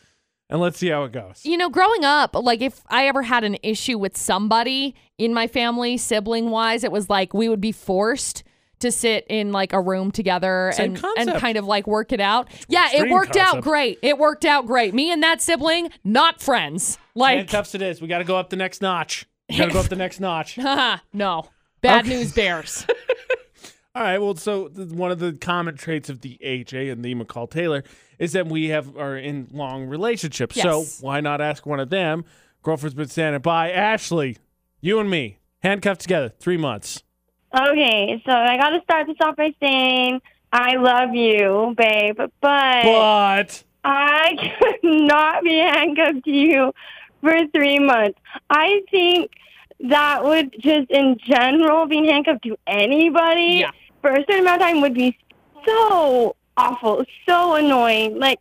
A: and let's see how it goes.
B: You know, growing up, like if I ever had an issue with somebody in my family, sibling wise, it was like we would be forced to sit in like a room together
A: Same
B: and, and
A: concept.
B: kind of like work it out. Yeah, it
A: extreme
B: worked out
A: concept.
B: great. It worked out great. Me and that sibling, not friends. Like,
A: Handcuffs it is. We got to go up the next notch. We got to go up the next notch.
B: haha, no. Bad news bears.
A: All right. Well, so th- one of the common traits of the AJ and the McCall Taylor is that we have are in long relationships.
B: Yes.
A: So why not ask one of them? Girlfriend's been standing by. Ashley, you and me, handcuffed together, three months.
C: Okay, so I gotta start this off by saying I love you, babe, but,
A: But
C: I could not be handcuffed to you for three months. I think that would just, in general, being handcuffed to anybody
B: Yeah.
C: for a certain amount of time would be so awful, so annoying. Like,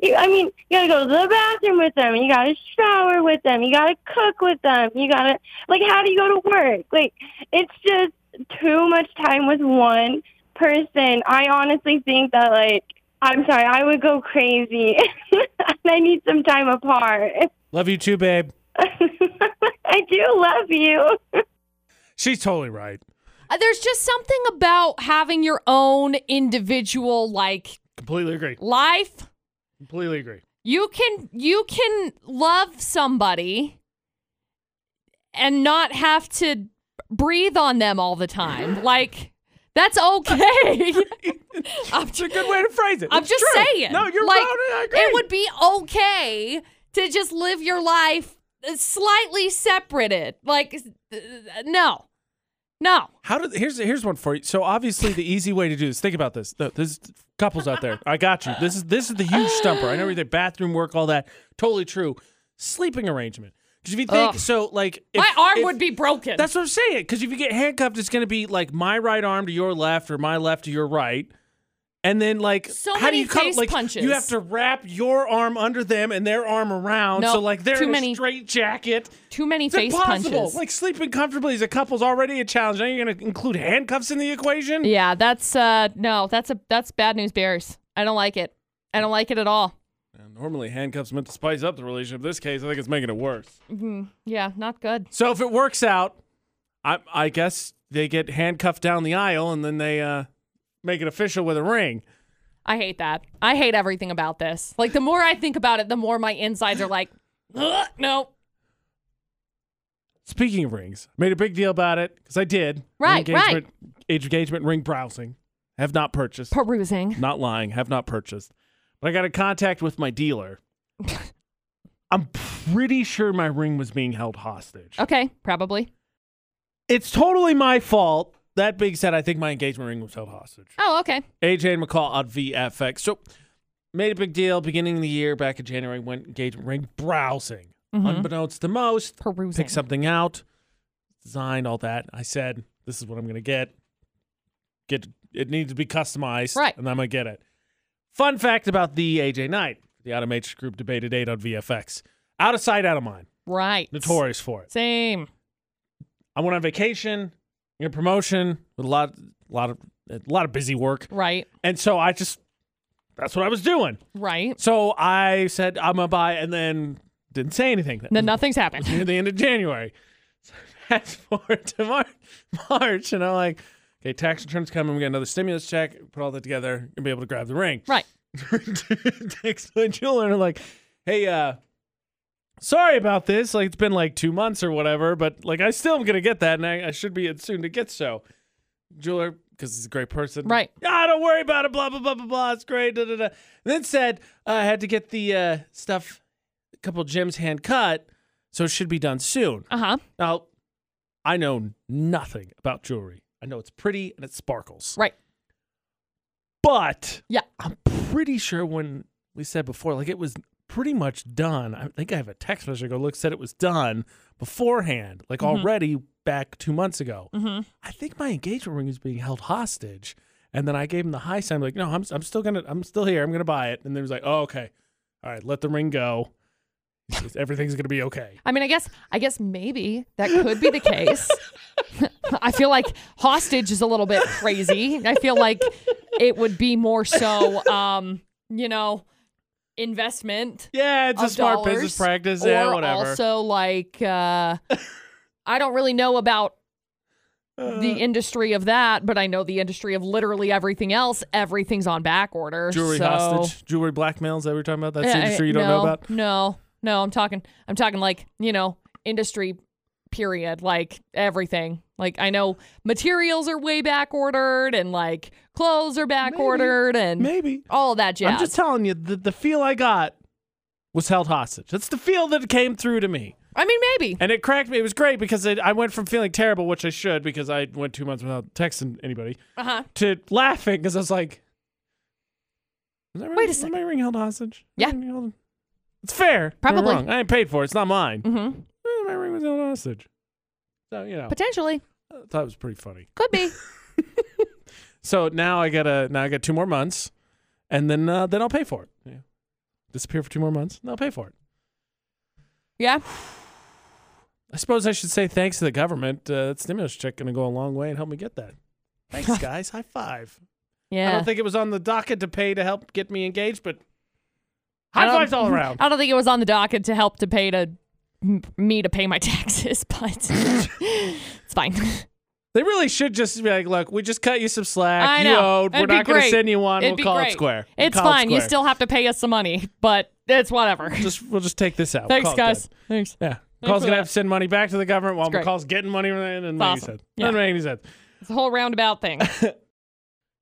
C: you, I mean, you gotta go to the bathroom with them, you gotta shower with them, you gotta cook with them, you gotta, like, how do you go to work? Like, it's just too much time with one person. I honestly think that, like, I'm sorry, I would go crazy. and I need some time apart.
A: love you too, babe.
C: I do love you.
A: She's totally right.
B: Uh, There's just something about having your own individual like
A: Completely agree.
B: life.
A: Completely agree.
B: you can you can love somebody and not have to breathe on them all the time like that's okay I'm,
A: It's a good way to phrase it.
B: I'm
A: It's
B: just
A: true.
B: saying
A: No, you're
B: like
A: right. I agree.
B: it would be okay to just live your life slightly separated like uh, no no
A: How did here's here's one for you. So obviously the easy way to do this. Think about this. Th- There's couples out there. I got you. This is this is the huge stumper. I know you did bathroom work, all that. Totally true. Sleeping arrangement. Because if you think
B: Ugh.
A: so, like if,
B: my arm
A: if-
B: would be broken
A: That's what I'm saying. Because if you get handcuffed, it's going to be like my right arm to your left or my left to your right. And then like
B: So
A: how do
B: many
A: you cut
B: face
A: like
B: punches.
A: you have to wrap your arm under them and their arm around.
B: No,
A: so like they're
B: too
A: in a
B: many-
A: straight jacket.
B: Too many
A: It's
B: face
A: impossible.
B: punches.
A: Like sleeping comfortably as a couple's already a challenge. Now you're gonna include handcuffs in the equation?
B: yeah, that's uh no, that's a that's bad news bears. I don't like it. I don't like it at all.
A: Normally handcuffs meant to spice up the relationship. this case, I think it's making it worse.
B: Yeah, not good.
A: So if it works out, I, I guess they get handcuffed down the aisle and then they uh, make it official with a ring.
B: I hate that. I hate everything about this. Like the more I think about it, the more my insides are like, "Ugh, no.
A: Speaking of rings, made a big deal about it because I did.
B: Right,
A: Ring engagement, Age engagement ring browsing. Have not purchased.
B: Perusing.
A: not lying. Have not purchased. But I got in contact with my dealer. I'm pretty sure my ring was being held hostage.
B: Okay, probably.
A: It's totally my fault. That being said, I think my engagement ring was held hostage.
B: Oh, okay.
A: AJ and McCall on VFX. So made a big deal beginning of the year back in January. Went engagement ring browsing, unbeknownst to most.
B: Perusing.
A: Pick something out, design all that. I said this is what I'm gonna get. Get it needs to be customized,
B: Right.
A: And I'm gonna get it. Fun fact about the AJ Knight, the Automatrix Group debate at eight on VFX. Out of sight, out of mind.
B: Right.
A: Notorious for it.
B: Same.
A: I went on vacation, in a promotion with a lot, lot of, a lot of busy work,
B: Right.
A: and so I just, that's what I was doing.
B: Right.
A: So I said I'm gonna buy, and then didn't say anything. Then
B: Then nothing's happened.
A: near the end of January. So fast forward to March, March, and I'm like, okay, tax returns coming. We got another stimulus check. Put all that together and be able to grab the ring.
B: Right.
A: Text my jeweler and I'm like, hey, uh, sorry about this. Like it's been like two months or whatever, but like I still am gonna get that, and I, I should be soon to get so. Jeweler, because he's a great person,
B: Right.
A: Ah, don't worry about it. Blah blah blah blah blah. It's great. Da da da. And then said uh, I had to get the uh, stuff, a couple gems hand cut, so it should be done soon.
B: Uh huh.
A: Now, I know nothing about jewelry. I know it's pretty and it sparkles,
B: Right.
A: but
B: Yeah.
A: I'm pretty sure when we said before, like it was pretty much done. I think I have a text message. I go look, said it was done beforehand, like
B: Mm-hmm.
A: already back two months ago.
B: Mhm.
A: I think my engagement ring is being held hostage. And then I gave him the high sign, like, no, I'm, I'm still gonna, I'm still here. I'm gonna buy it. And then he was like, oh, okay, all right, let the ring go. Everything's gonna be okay.
B: I mean, I guess, I guess maybe that could be the case. I feel like hostage is a little bit crazy. I feel like it would be more so, um, you know, investment
A: Yeah, it's a
B: Of
A: smart business
B: dollars,
A: practice.
B: or
A: Yeah, whatever.
B: also like, uh, I don't really know about
A: Uh,
B: the industry of that, but I know the industry of literally everything else. Everything's on back order.
A: jewelry
B: so-
A: hostage, jewelry blackmail. Is that what we're talking about? That's
B: Yeah,
A: the industry
B: I-
A: you don't know
B: no,
A: about.
B: No, no, I'm talking. I'm talking like you know industry period, like everything. Like I know materials are way back ordered, and like clothes are back ordered, and
A: Maybe.
B: all of that jazz.
A: I'm just telling you, the, the feel I got was held hostage. That's the feel that came through to me.
B: I mean, maybe.
A: And it cracked me. It was great because it, I went from feeling terrible, which I should because I went two months without texting anybody,
B: Uh huh.
A: to laughing because I was like, is that ring,
B: Wait a
A: is
B: second.
A: my ring held hostage? Is
B: Yeah.
A: my ring held- It's fair. Don't get me
B: Probably.
A: wrong. I ain't paid for it. It's not mine.
B: Mm-hmm.
A: Eh, My ring was held hostage. So, you know,
B: Potentially,
A: I thought it was pretty funny.
B: could be.
A: So now I gotta now I got two more months, and then uh, then I'll pay for it. Yeah. Disappear for two more months, and I'll pay for it.
B: yeah.
A: I suppose I should say thanks to the government. Uh, that stimulus check going to go a long way and help me get that. Thanks, guys. High five.
B: Yeah.
A: I don't think it was on the docket to pay to help get me engaged, but
B: I
A: high
B: don't-
A: fives all around.
B: I don't think it was on the docket to help to pay to m- me to pay my taxes, but it's fine.
A: They really should just be like, look, we just cut you some slack.
B: I
A: You
B: know.
A: owed. We're
B: It'd be
A: not going to
B: great.
A: send you one.
B: It'd
A: we'll
B: be
A: call it
B: great.
A: square. We'll
B: It's
A: call it
B: fine. You
A: square.
B: still have to pay us some money, but it's whatever.
A: just we'll just take this out. We'll
B: Thanks,
A: call it
B: guys.
A: good.
B: Thanks.
A: Yeah. McCall's
B: for
A: gonna
B: that.
A: have to send money back to the government while
B: It's great.
A: McCall's getting money from it and it doesn't make any
B: awesome.
A: sense.
B: Yeah.
A: Doesn't make any sense.
B: It's a whole roundabout thing.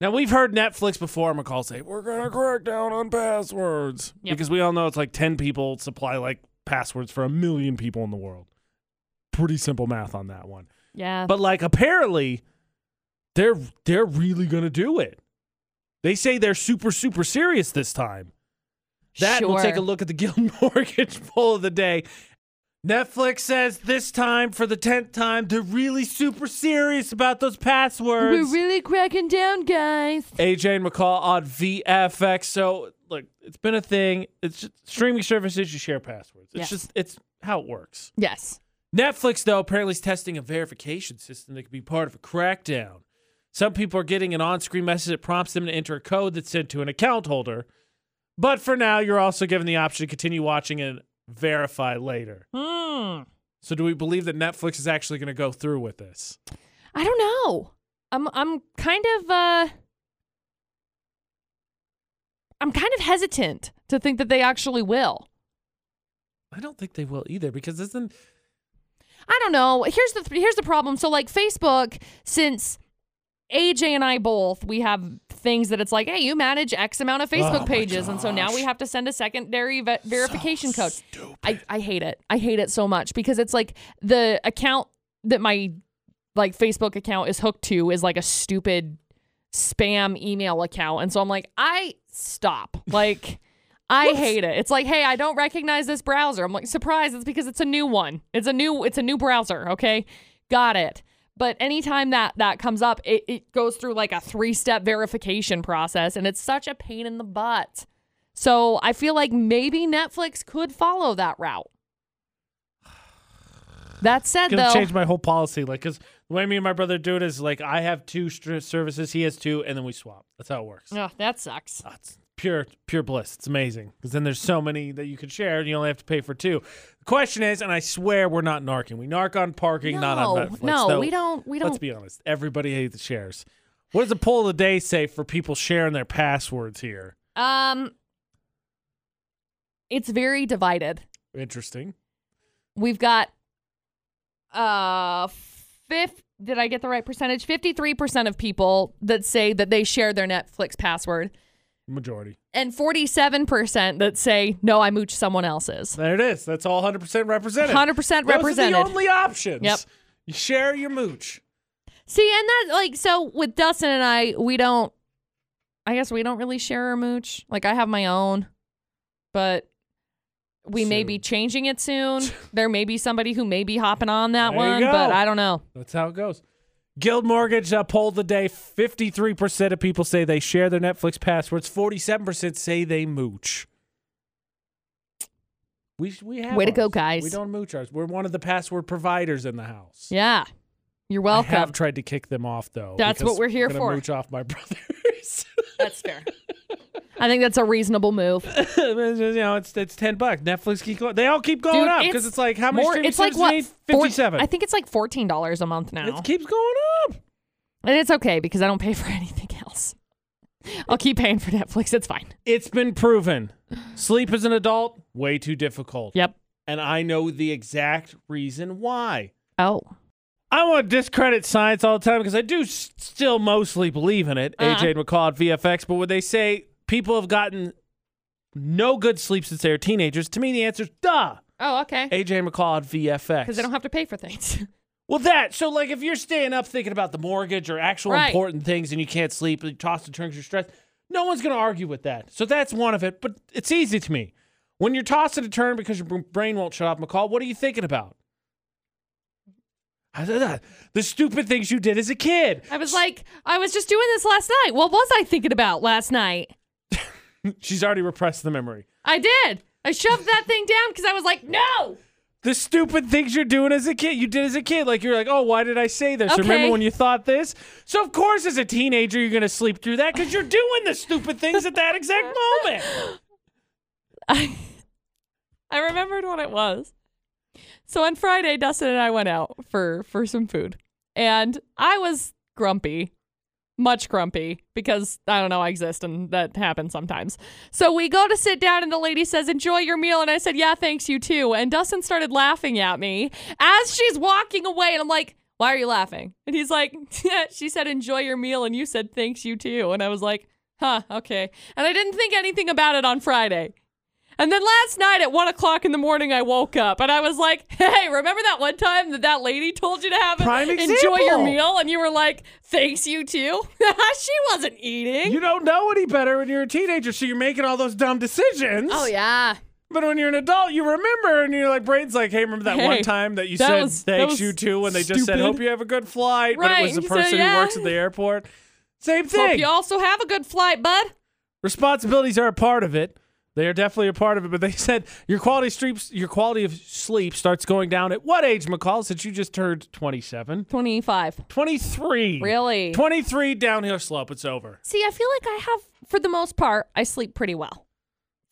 A: Now we've heard Netflix before McCall say, We're gonna crack down on passwords.
B: Yep.
A: Because we all know it's like ten people supply like passwords for a million people in the world. Pretty simple math on that one.
B: yeah.
A: But like apparently they're they're really gonna do it. They say they're super, super serious this time. That and we'll take a
B: Sure.
A: look at the Guild Mortgage poll of the day. Netflix says this time for the tenth time they're really super serious about those passwords.
B: We're really cracking down, guys.
A: AJ and McCall on VFX. So look, it's been a thing. It's just streaming services you share passwords. It's
B: Yes.
A: just it's how it works.
B: Yes.
A: Netflix though apparently is testing a verification system that could be part of a crackdown. Some people are getting an on-screen message that prompts them to enter a code that's sent to an account holder. But for now, you're also given the option to continue watching and verify later.
B: Hmm.
A: So do we believe that Netflix is actually going to go through with this?
B: I don't know. I'm I'm kind of uh I'm kind of hesitant to think that they actually will.
A: I don't think they will either because isn't
B: I don't know. Here's the here's the problem. So like Facebook, since AJ and I both we have things that it's like, hey, you manage X amount of
A: Oh
B: Facebook
A: my
B: pages, and so now we have to send a secondary ve- verification code.
A: stupid.
B: I I hate it. I hate it so much because it's like the account that my like Facebook account is hooked to is like a stupid spam email account, and so I'm like, I stop like. I hate it. It's like, hey, I don't recognize this browser. I'm like, surprise, it's because it's a new one. It's a new it's a new browser, okay? Got it. But anytime that that comes up, it, it goes through like a three-step verification process and it's such a pain in the butt. So I feel like maybe Netflix could follow that route. That said
A: gonna
B: though,
A: change my whole policy. Like, cause the way me and my brother do it is like I have two str- services, he has two, and then we swap. That's how it works.
B: Ugh, that sucks.
A: Ah, it's pure, pure bliss. It's amazing because then there's so many that you could share, and you only have to pay for two. The question is, and I swear we're not narking. We narc on parking, not on Netflix.
B: no,
A: though.
B: we don't we
A: Let's
B: don't
A: be honest. Everybody hates shares. What does the poll of the day say for people sharing their passwords here?
B: um it's very divided.
A: Interesting.
B: We've got uh fifth did I get the right percentage? 53% of people that say that they share their Netflix password
A: Majority.
B: and 47% that say no, I mooch someone else's.
A: There it is. That's all 100% represented.
B: 100%
A: Those
B: represented.
A: Are the only options.
B: Yep.
A: You share your mooch.
B: See, and that like so with Dustin and I, we don't I guess we don't really share our mooch. Like I have my own, but we may be
A: Soon.
B: changing it soon. there may be somebody who may be hopping on that
A: There you
B: one,
A: go.
B: but I don't know.
A: That's how it goes. Guild Mortgage uh, polled the day. 53% of people say they share their Netflix passwords. 47% say they mooch. We, sh- we have
B: Way to go,
A: ours.
B: guys.
A: We don't mooch ours. We're one of the password providers in the house.
B: Yeah. You're
A: I
B: welcome.
A: have tried to kick them off, though.
B: That's
A: because
B: what we're here
A: I'm gonna
B: for.
A: mooch off my brothers.
B: That's fair. I think that's a reasonable move.
A: It's just, you know, it's it's ten bucks. Netflix keep going. They all keep going
B: Dude,
A: up
B: it's
A: because it's like how many?
B: More,
A: streaming
B: it's like
A: services
B: what?
A: need?
B: four-
A: Fifty-seven.
B: I think it's like fourteen dollars a month now,
A: it keeps going up.
B: and it's okay because I don't pay for anything else. I'll keep paying for Netflix. It's fine.
A: It's been proven. Sleep as an adult way too difficult.
B: Yep.
A: And I know the exact reason why.
B: Oh,
A: I want to discredit science all the time because I do s- still mostly believe in it.
B: Uh-huh.
A: AJ and McCall at VFX, but when they say people have gotten no good sleep since they were teenagers, to me the answer is duh.
B: oh, okay.
A: AJ and McCall at VFX.
B: Because I don't have to pay for things.
A: Well, that. So, like, if you're staying up thinking about the mortgage or actual
B: Right.
A: important things and you can't sleep and you toss and turns, you're stressed, no one's going to argue with that. So, that's one of it. But it's easy to me. When you're tossing and turning because your b- brain won't shut off, McCall, what are you thinking about? I said, "Ah, The stupid things you did as a kid.
B: I was like, I was just doing this last night. What was I thinking about last night?
A: She's already repressed the memory.
B: I did. I shoved that thing down because I was like, no.
A: The stupid things you're doing as a kid, you did as a kid. Like, you're like, oh, why did I say this?
B: Okay.
A: Remember when you thought this? So, of course, as a teenager, you're going to sleep through that because you're doing the stupid things at that exact moment.
B: I, I remembered what it was. So on Friday, Dustin and I went out for for some food, and I was grumpy, much grumpy because I don't know I exist and that happens sometimes. So we go to sit down, and the lady says, "Enjoy your meal," and I said, "Yeah, thanks, you too." And Dustin started laughing at me as she's walking away, and I'm like. Why are you laughing? And he's like, she said, enjoy your meal. And you said, thanks, you too. And I was like, huh, okay. And I didn't think anything about it on Friday. And then last night at one o'clock in the morning, I woke up and I was like, "Hey, remember that one time that that lady told you to have
A: Prime
B: enjoy
A: example.
B: your meal?" And you were like, "Thanks, you too." she wasn't eating.
A: You don't know any better when you're a teenager, so you're making all those dumb decisions.
B: oh yeah,
A: But when you're an adult, you remember, and you're like, brain's like, hey, remember that
B: Hey,
A: one time that you
B: that
A: said
B: was- that
A: thanks
B: was
A: you too when they just said,
B: stupid."
A: hope you have a good flight, but
B: Right,
A: it was the
B: you said,
A: person
B: "Yeah."
A: who works at the airport. Same
B: Hope
A: thing.
B: you also have a good flight, bud.
A: Responsibilities are a part of it. They are definitely a part of it. But they said your quality sleeps, your quality of sleep starts going down at what age, McCall? Since you just turned 27,
B: 25.
A: Mm. 23.
B: Really?
A: 23 downhill slope. It's over.
B: See, I feel like I have, for the most part, I sleep pretty well.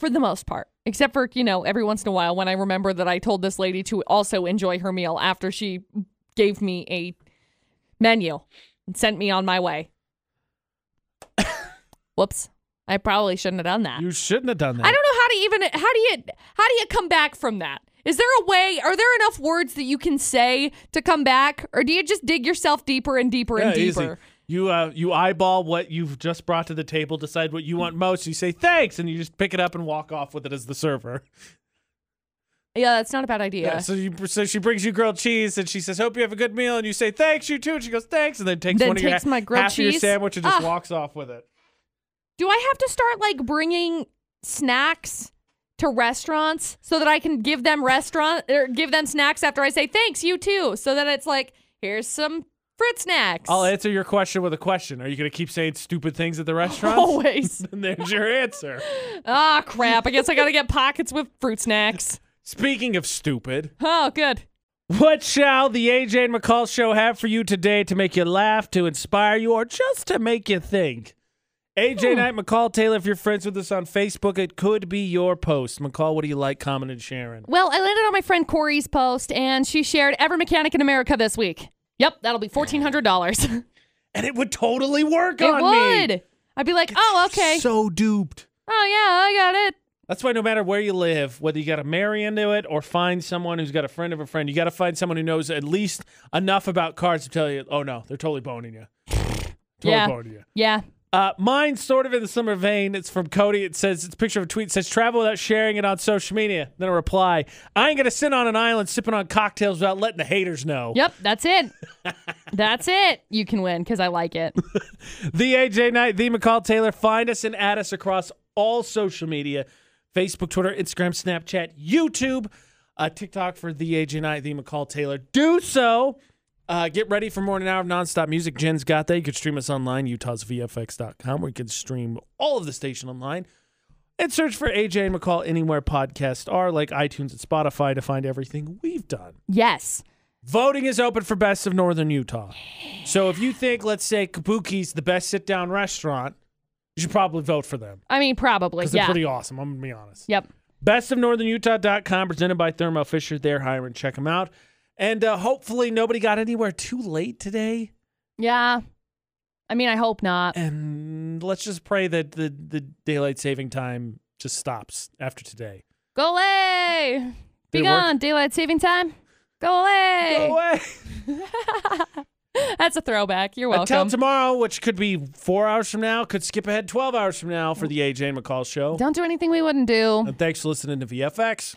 B: For the most part. Except for, you know, every once in a while when I remember that I told this lady to also enjoy her meal after she gave me a menu and sent me on my way. Whoops. I probably shouldn't have done that.
A: You shouldn't have done that.
B: I don't know how to even how do you how do you come back from that? Is there a way? Are there enough words that you can say to come back, or do you just dig yourself deeper and deeper and
A: Yeah, easy.
B: deeper?
A: You uh, you eyeball what you've just brought to the table, decide what you want most. You say thanks, and you just pick it up and walk off with it as the server.
B: Yeah, that's not a bad idea.
A: so you so she brings you grilled cheese, and she says, "Hope you have a good meal." And you say, "Thanks, you too." And she goes, "Thanks," and then takes
B: Then
A: one
B: takes
A: of your
B: my grilled
A: half of your
B: cheese.
A: sandwich and just
B: Ah.
A: walks off with it.
B: do I have to start like bringing snacks to restaurants so that I can give them restaurant or give them snacks after I say thanks, you too? So that it's like here's some fruit snacks.
A: I'll answer your question with a question. Are you going to keep saying stupid things at the restaurant?
B: Always.
A: And there's your answer.
B: Ah, crap. I guess I got to get pockets with fruit snacks.
A: Speaking of stupid,
B: Oh, good.
A: What shall the AJ and McCall show have for you today to make you laugh, to inspire you, or just to make you think? AJ Knight, McCall Taylor, if you're friends with us on Facebook, it could be your post. McCall, what do you like, comment, and sharing?
B: Well, I landed on my friend Corey's post, and she shared every mechanic in America this week. Yep, that'll be fourteen hundred dollars. it
A: And it would totally work on me.
B: would. I'd be like, oh, okay.
A: So duped.
B: oh yeah, I got it.
A: That's why no matter where you live, whether you got to marry into it or find someone who's got a friend of a friend, you got to find someone who knows at least enough about cars to tell you, oh no, they're totally boning you. Totally
B: Yeah.
A: boning you.
B: Yeah.
A: Uh, mine sort of in the similar vein. It's from Cody. It says it's a picture of a tweet. It says travel without sharing it on social media. Then a reply. I ain't gonna sit on an island sipping on cocktails without letting the haters know.
B: Yep, that's it. that's it. You can win because I like it.
A: The AJ Knight, the McCall Taylor. Find us and add us across all social media: Facebook, Twitter, Instagram, Snapchat, YouTube, uh, TikTok for the AJ Knight, the McCall Taylor. Do so. Uh, get ready for more than an hour of nonstop music. Jen's got that. You can stream us online, utahsvfx.com, where you can stream all of the station online. And search for AJ and McCall anywhere podcasts are, like iTunes and Spotify, to find everything we've done.
B: Yes.
A: Voting is open for best of Northern Utah. So if you think, let's say, Kabuki's the best sit down restaurant, you should probably vote for them
B: I mean, probably.
A: because they're
B: Yeah.
A: pretty awesome. I'm going to be honest.
B: yep.
A: Bestofnorthernutah.com presented by Thermo Fisher. They're hiring. Check them out. And uh, hopefully nobody got anywhere too late today.
B: Yeah. I mean, I hope not.
A: Eh. And let's just pray that the, the daylight saving time just stops after today.
B: Go away. Be
A: Did it work?
B: gone. Daylight saving time. Go away.
A: Go away.
B: That's a throwback. You're welcome.
A: Until tomorrow, which could be four hours from now, could skip ahead 12 hours from now for the AJ and McCall show.
B: Don't do anything we wouldn't do.
A: And thanks for listening to VFX.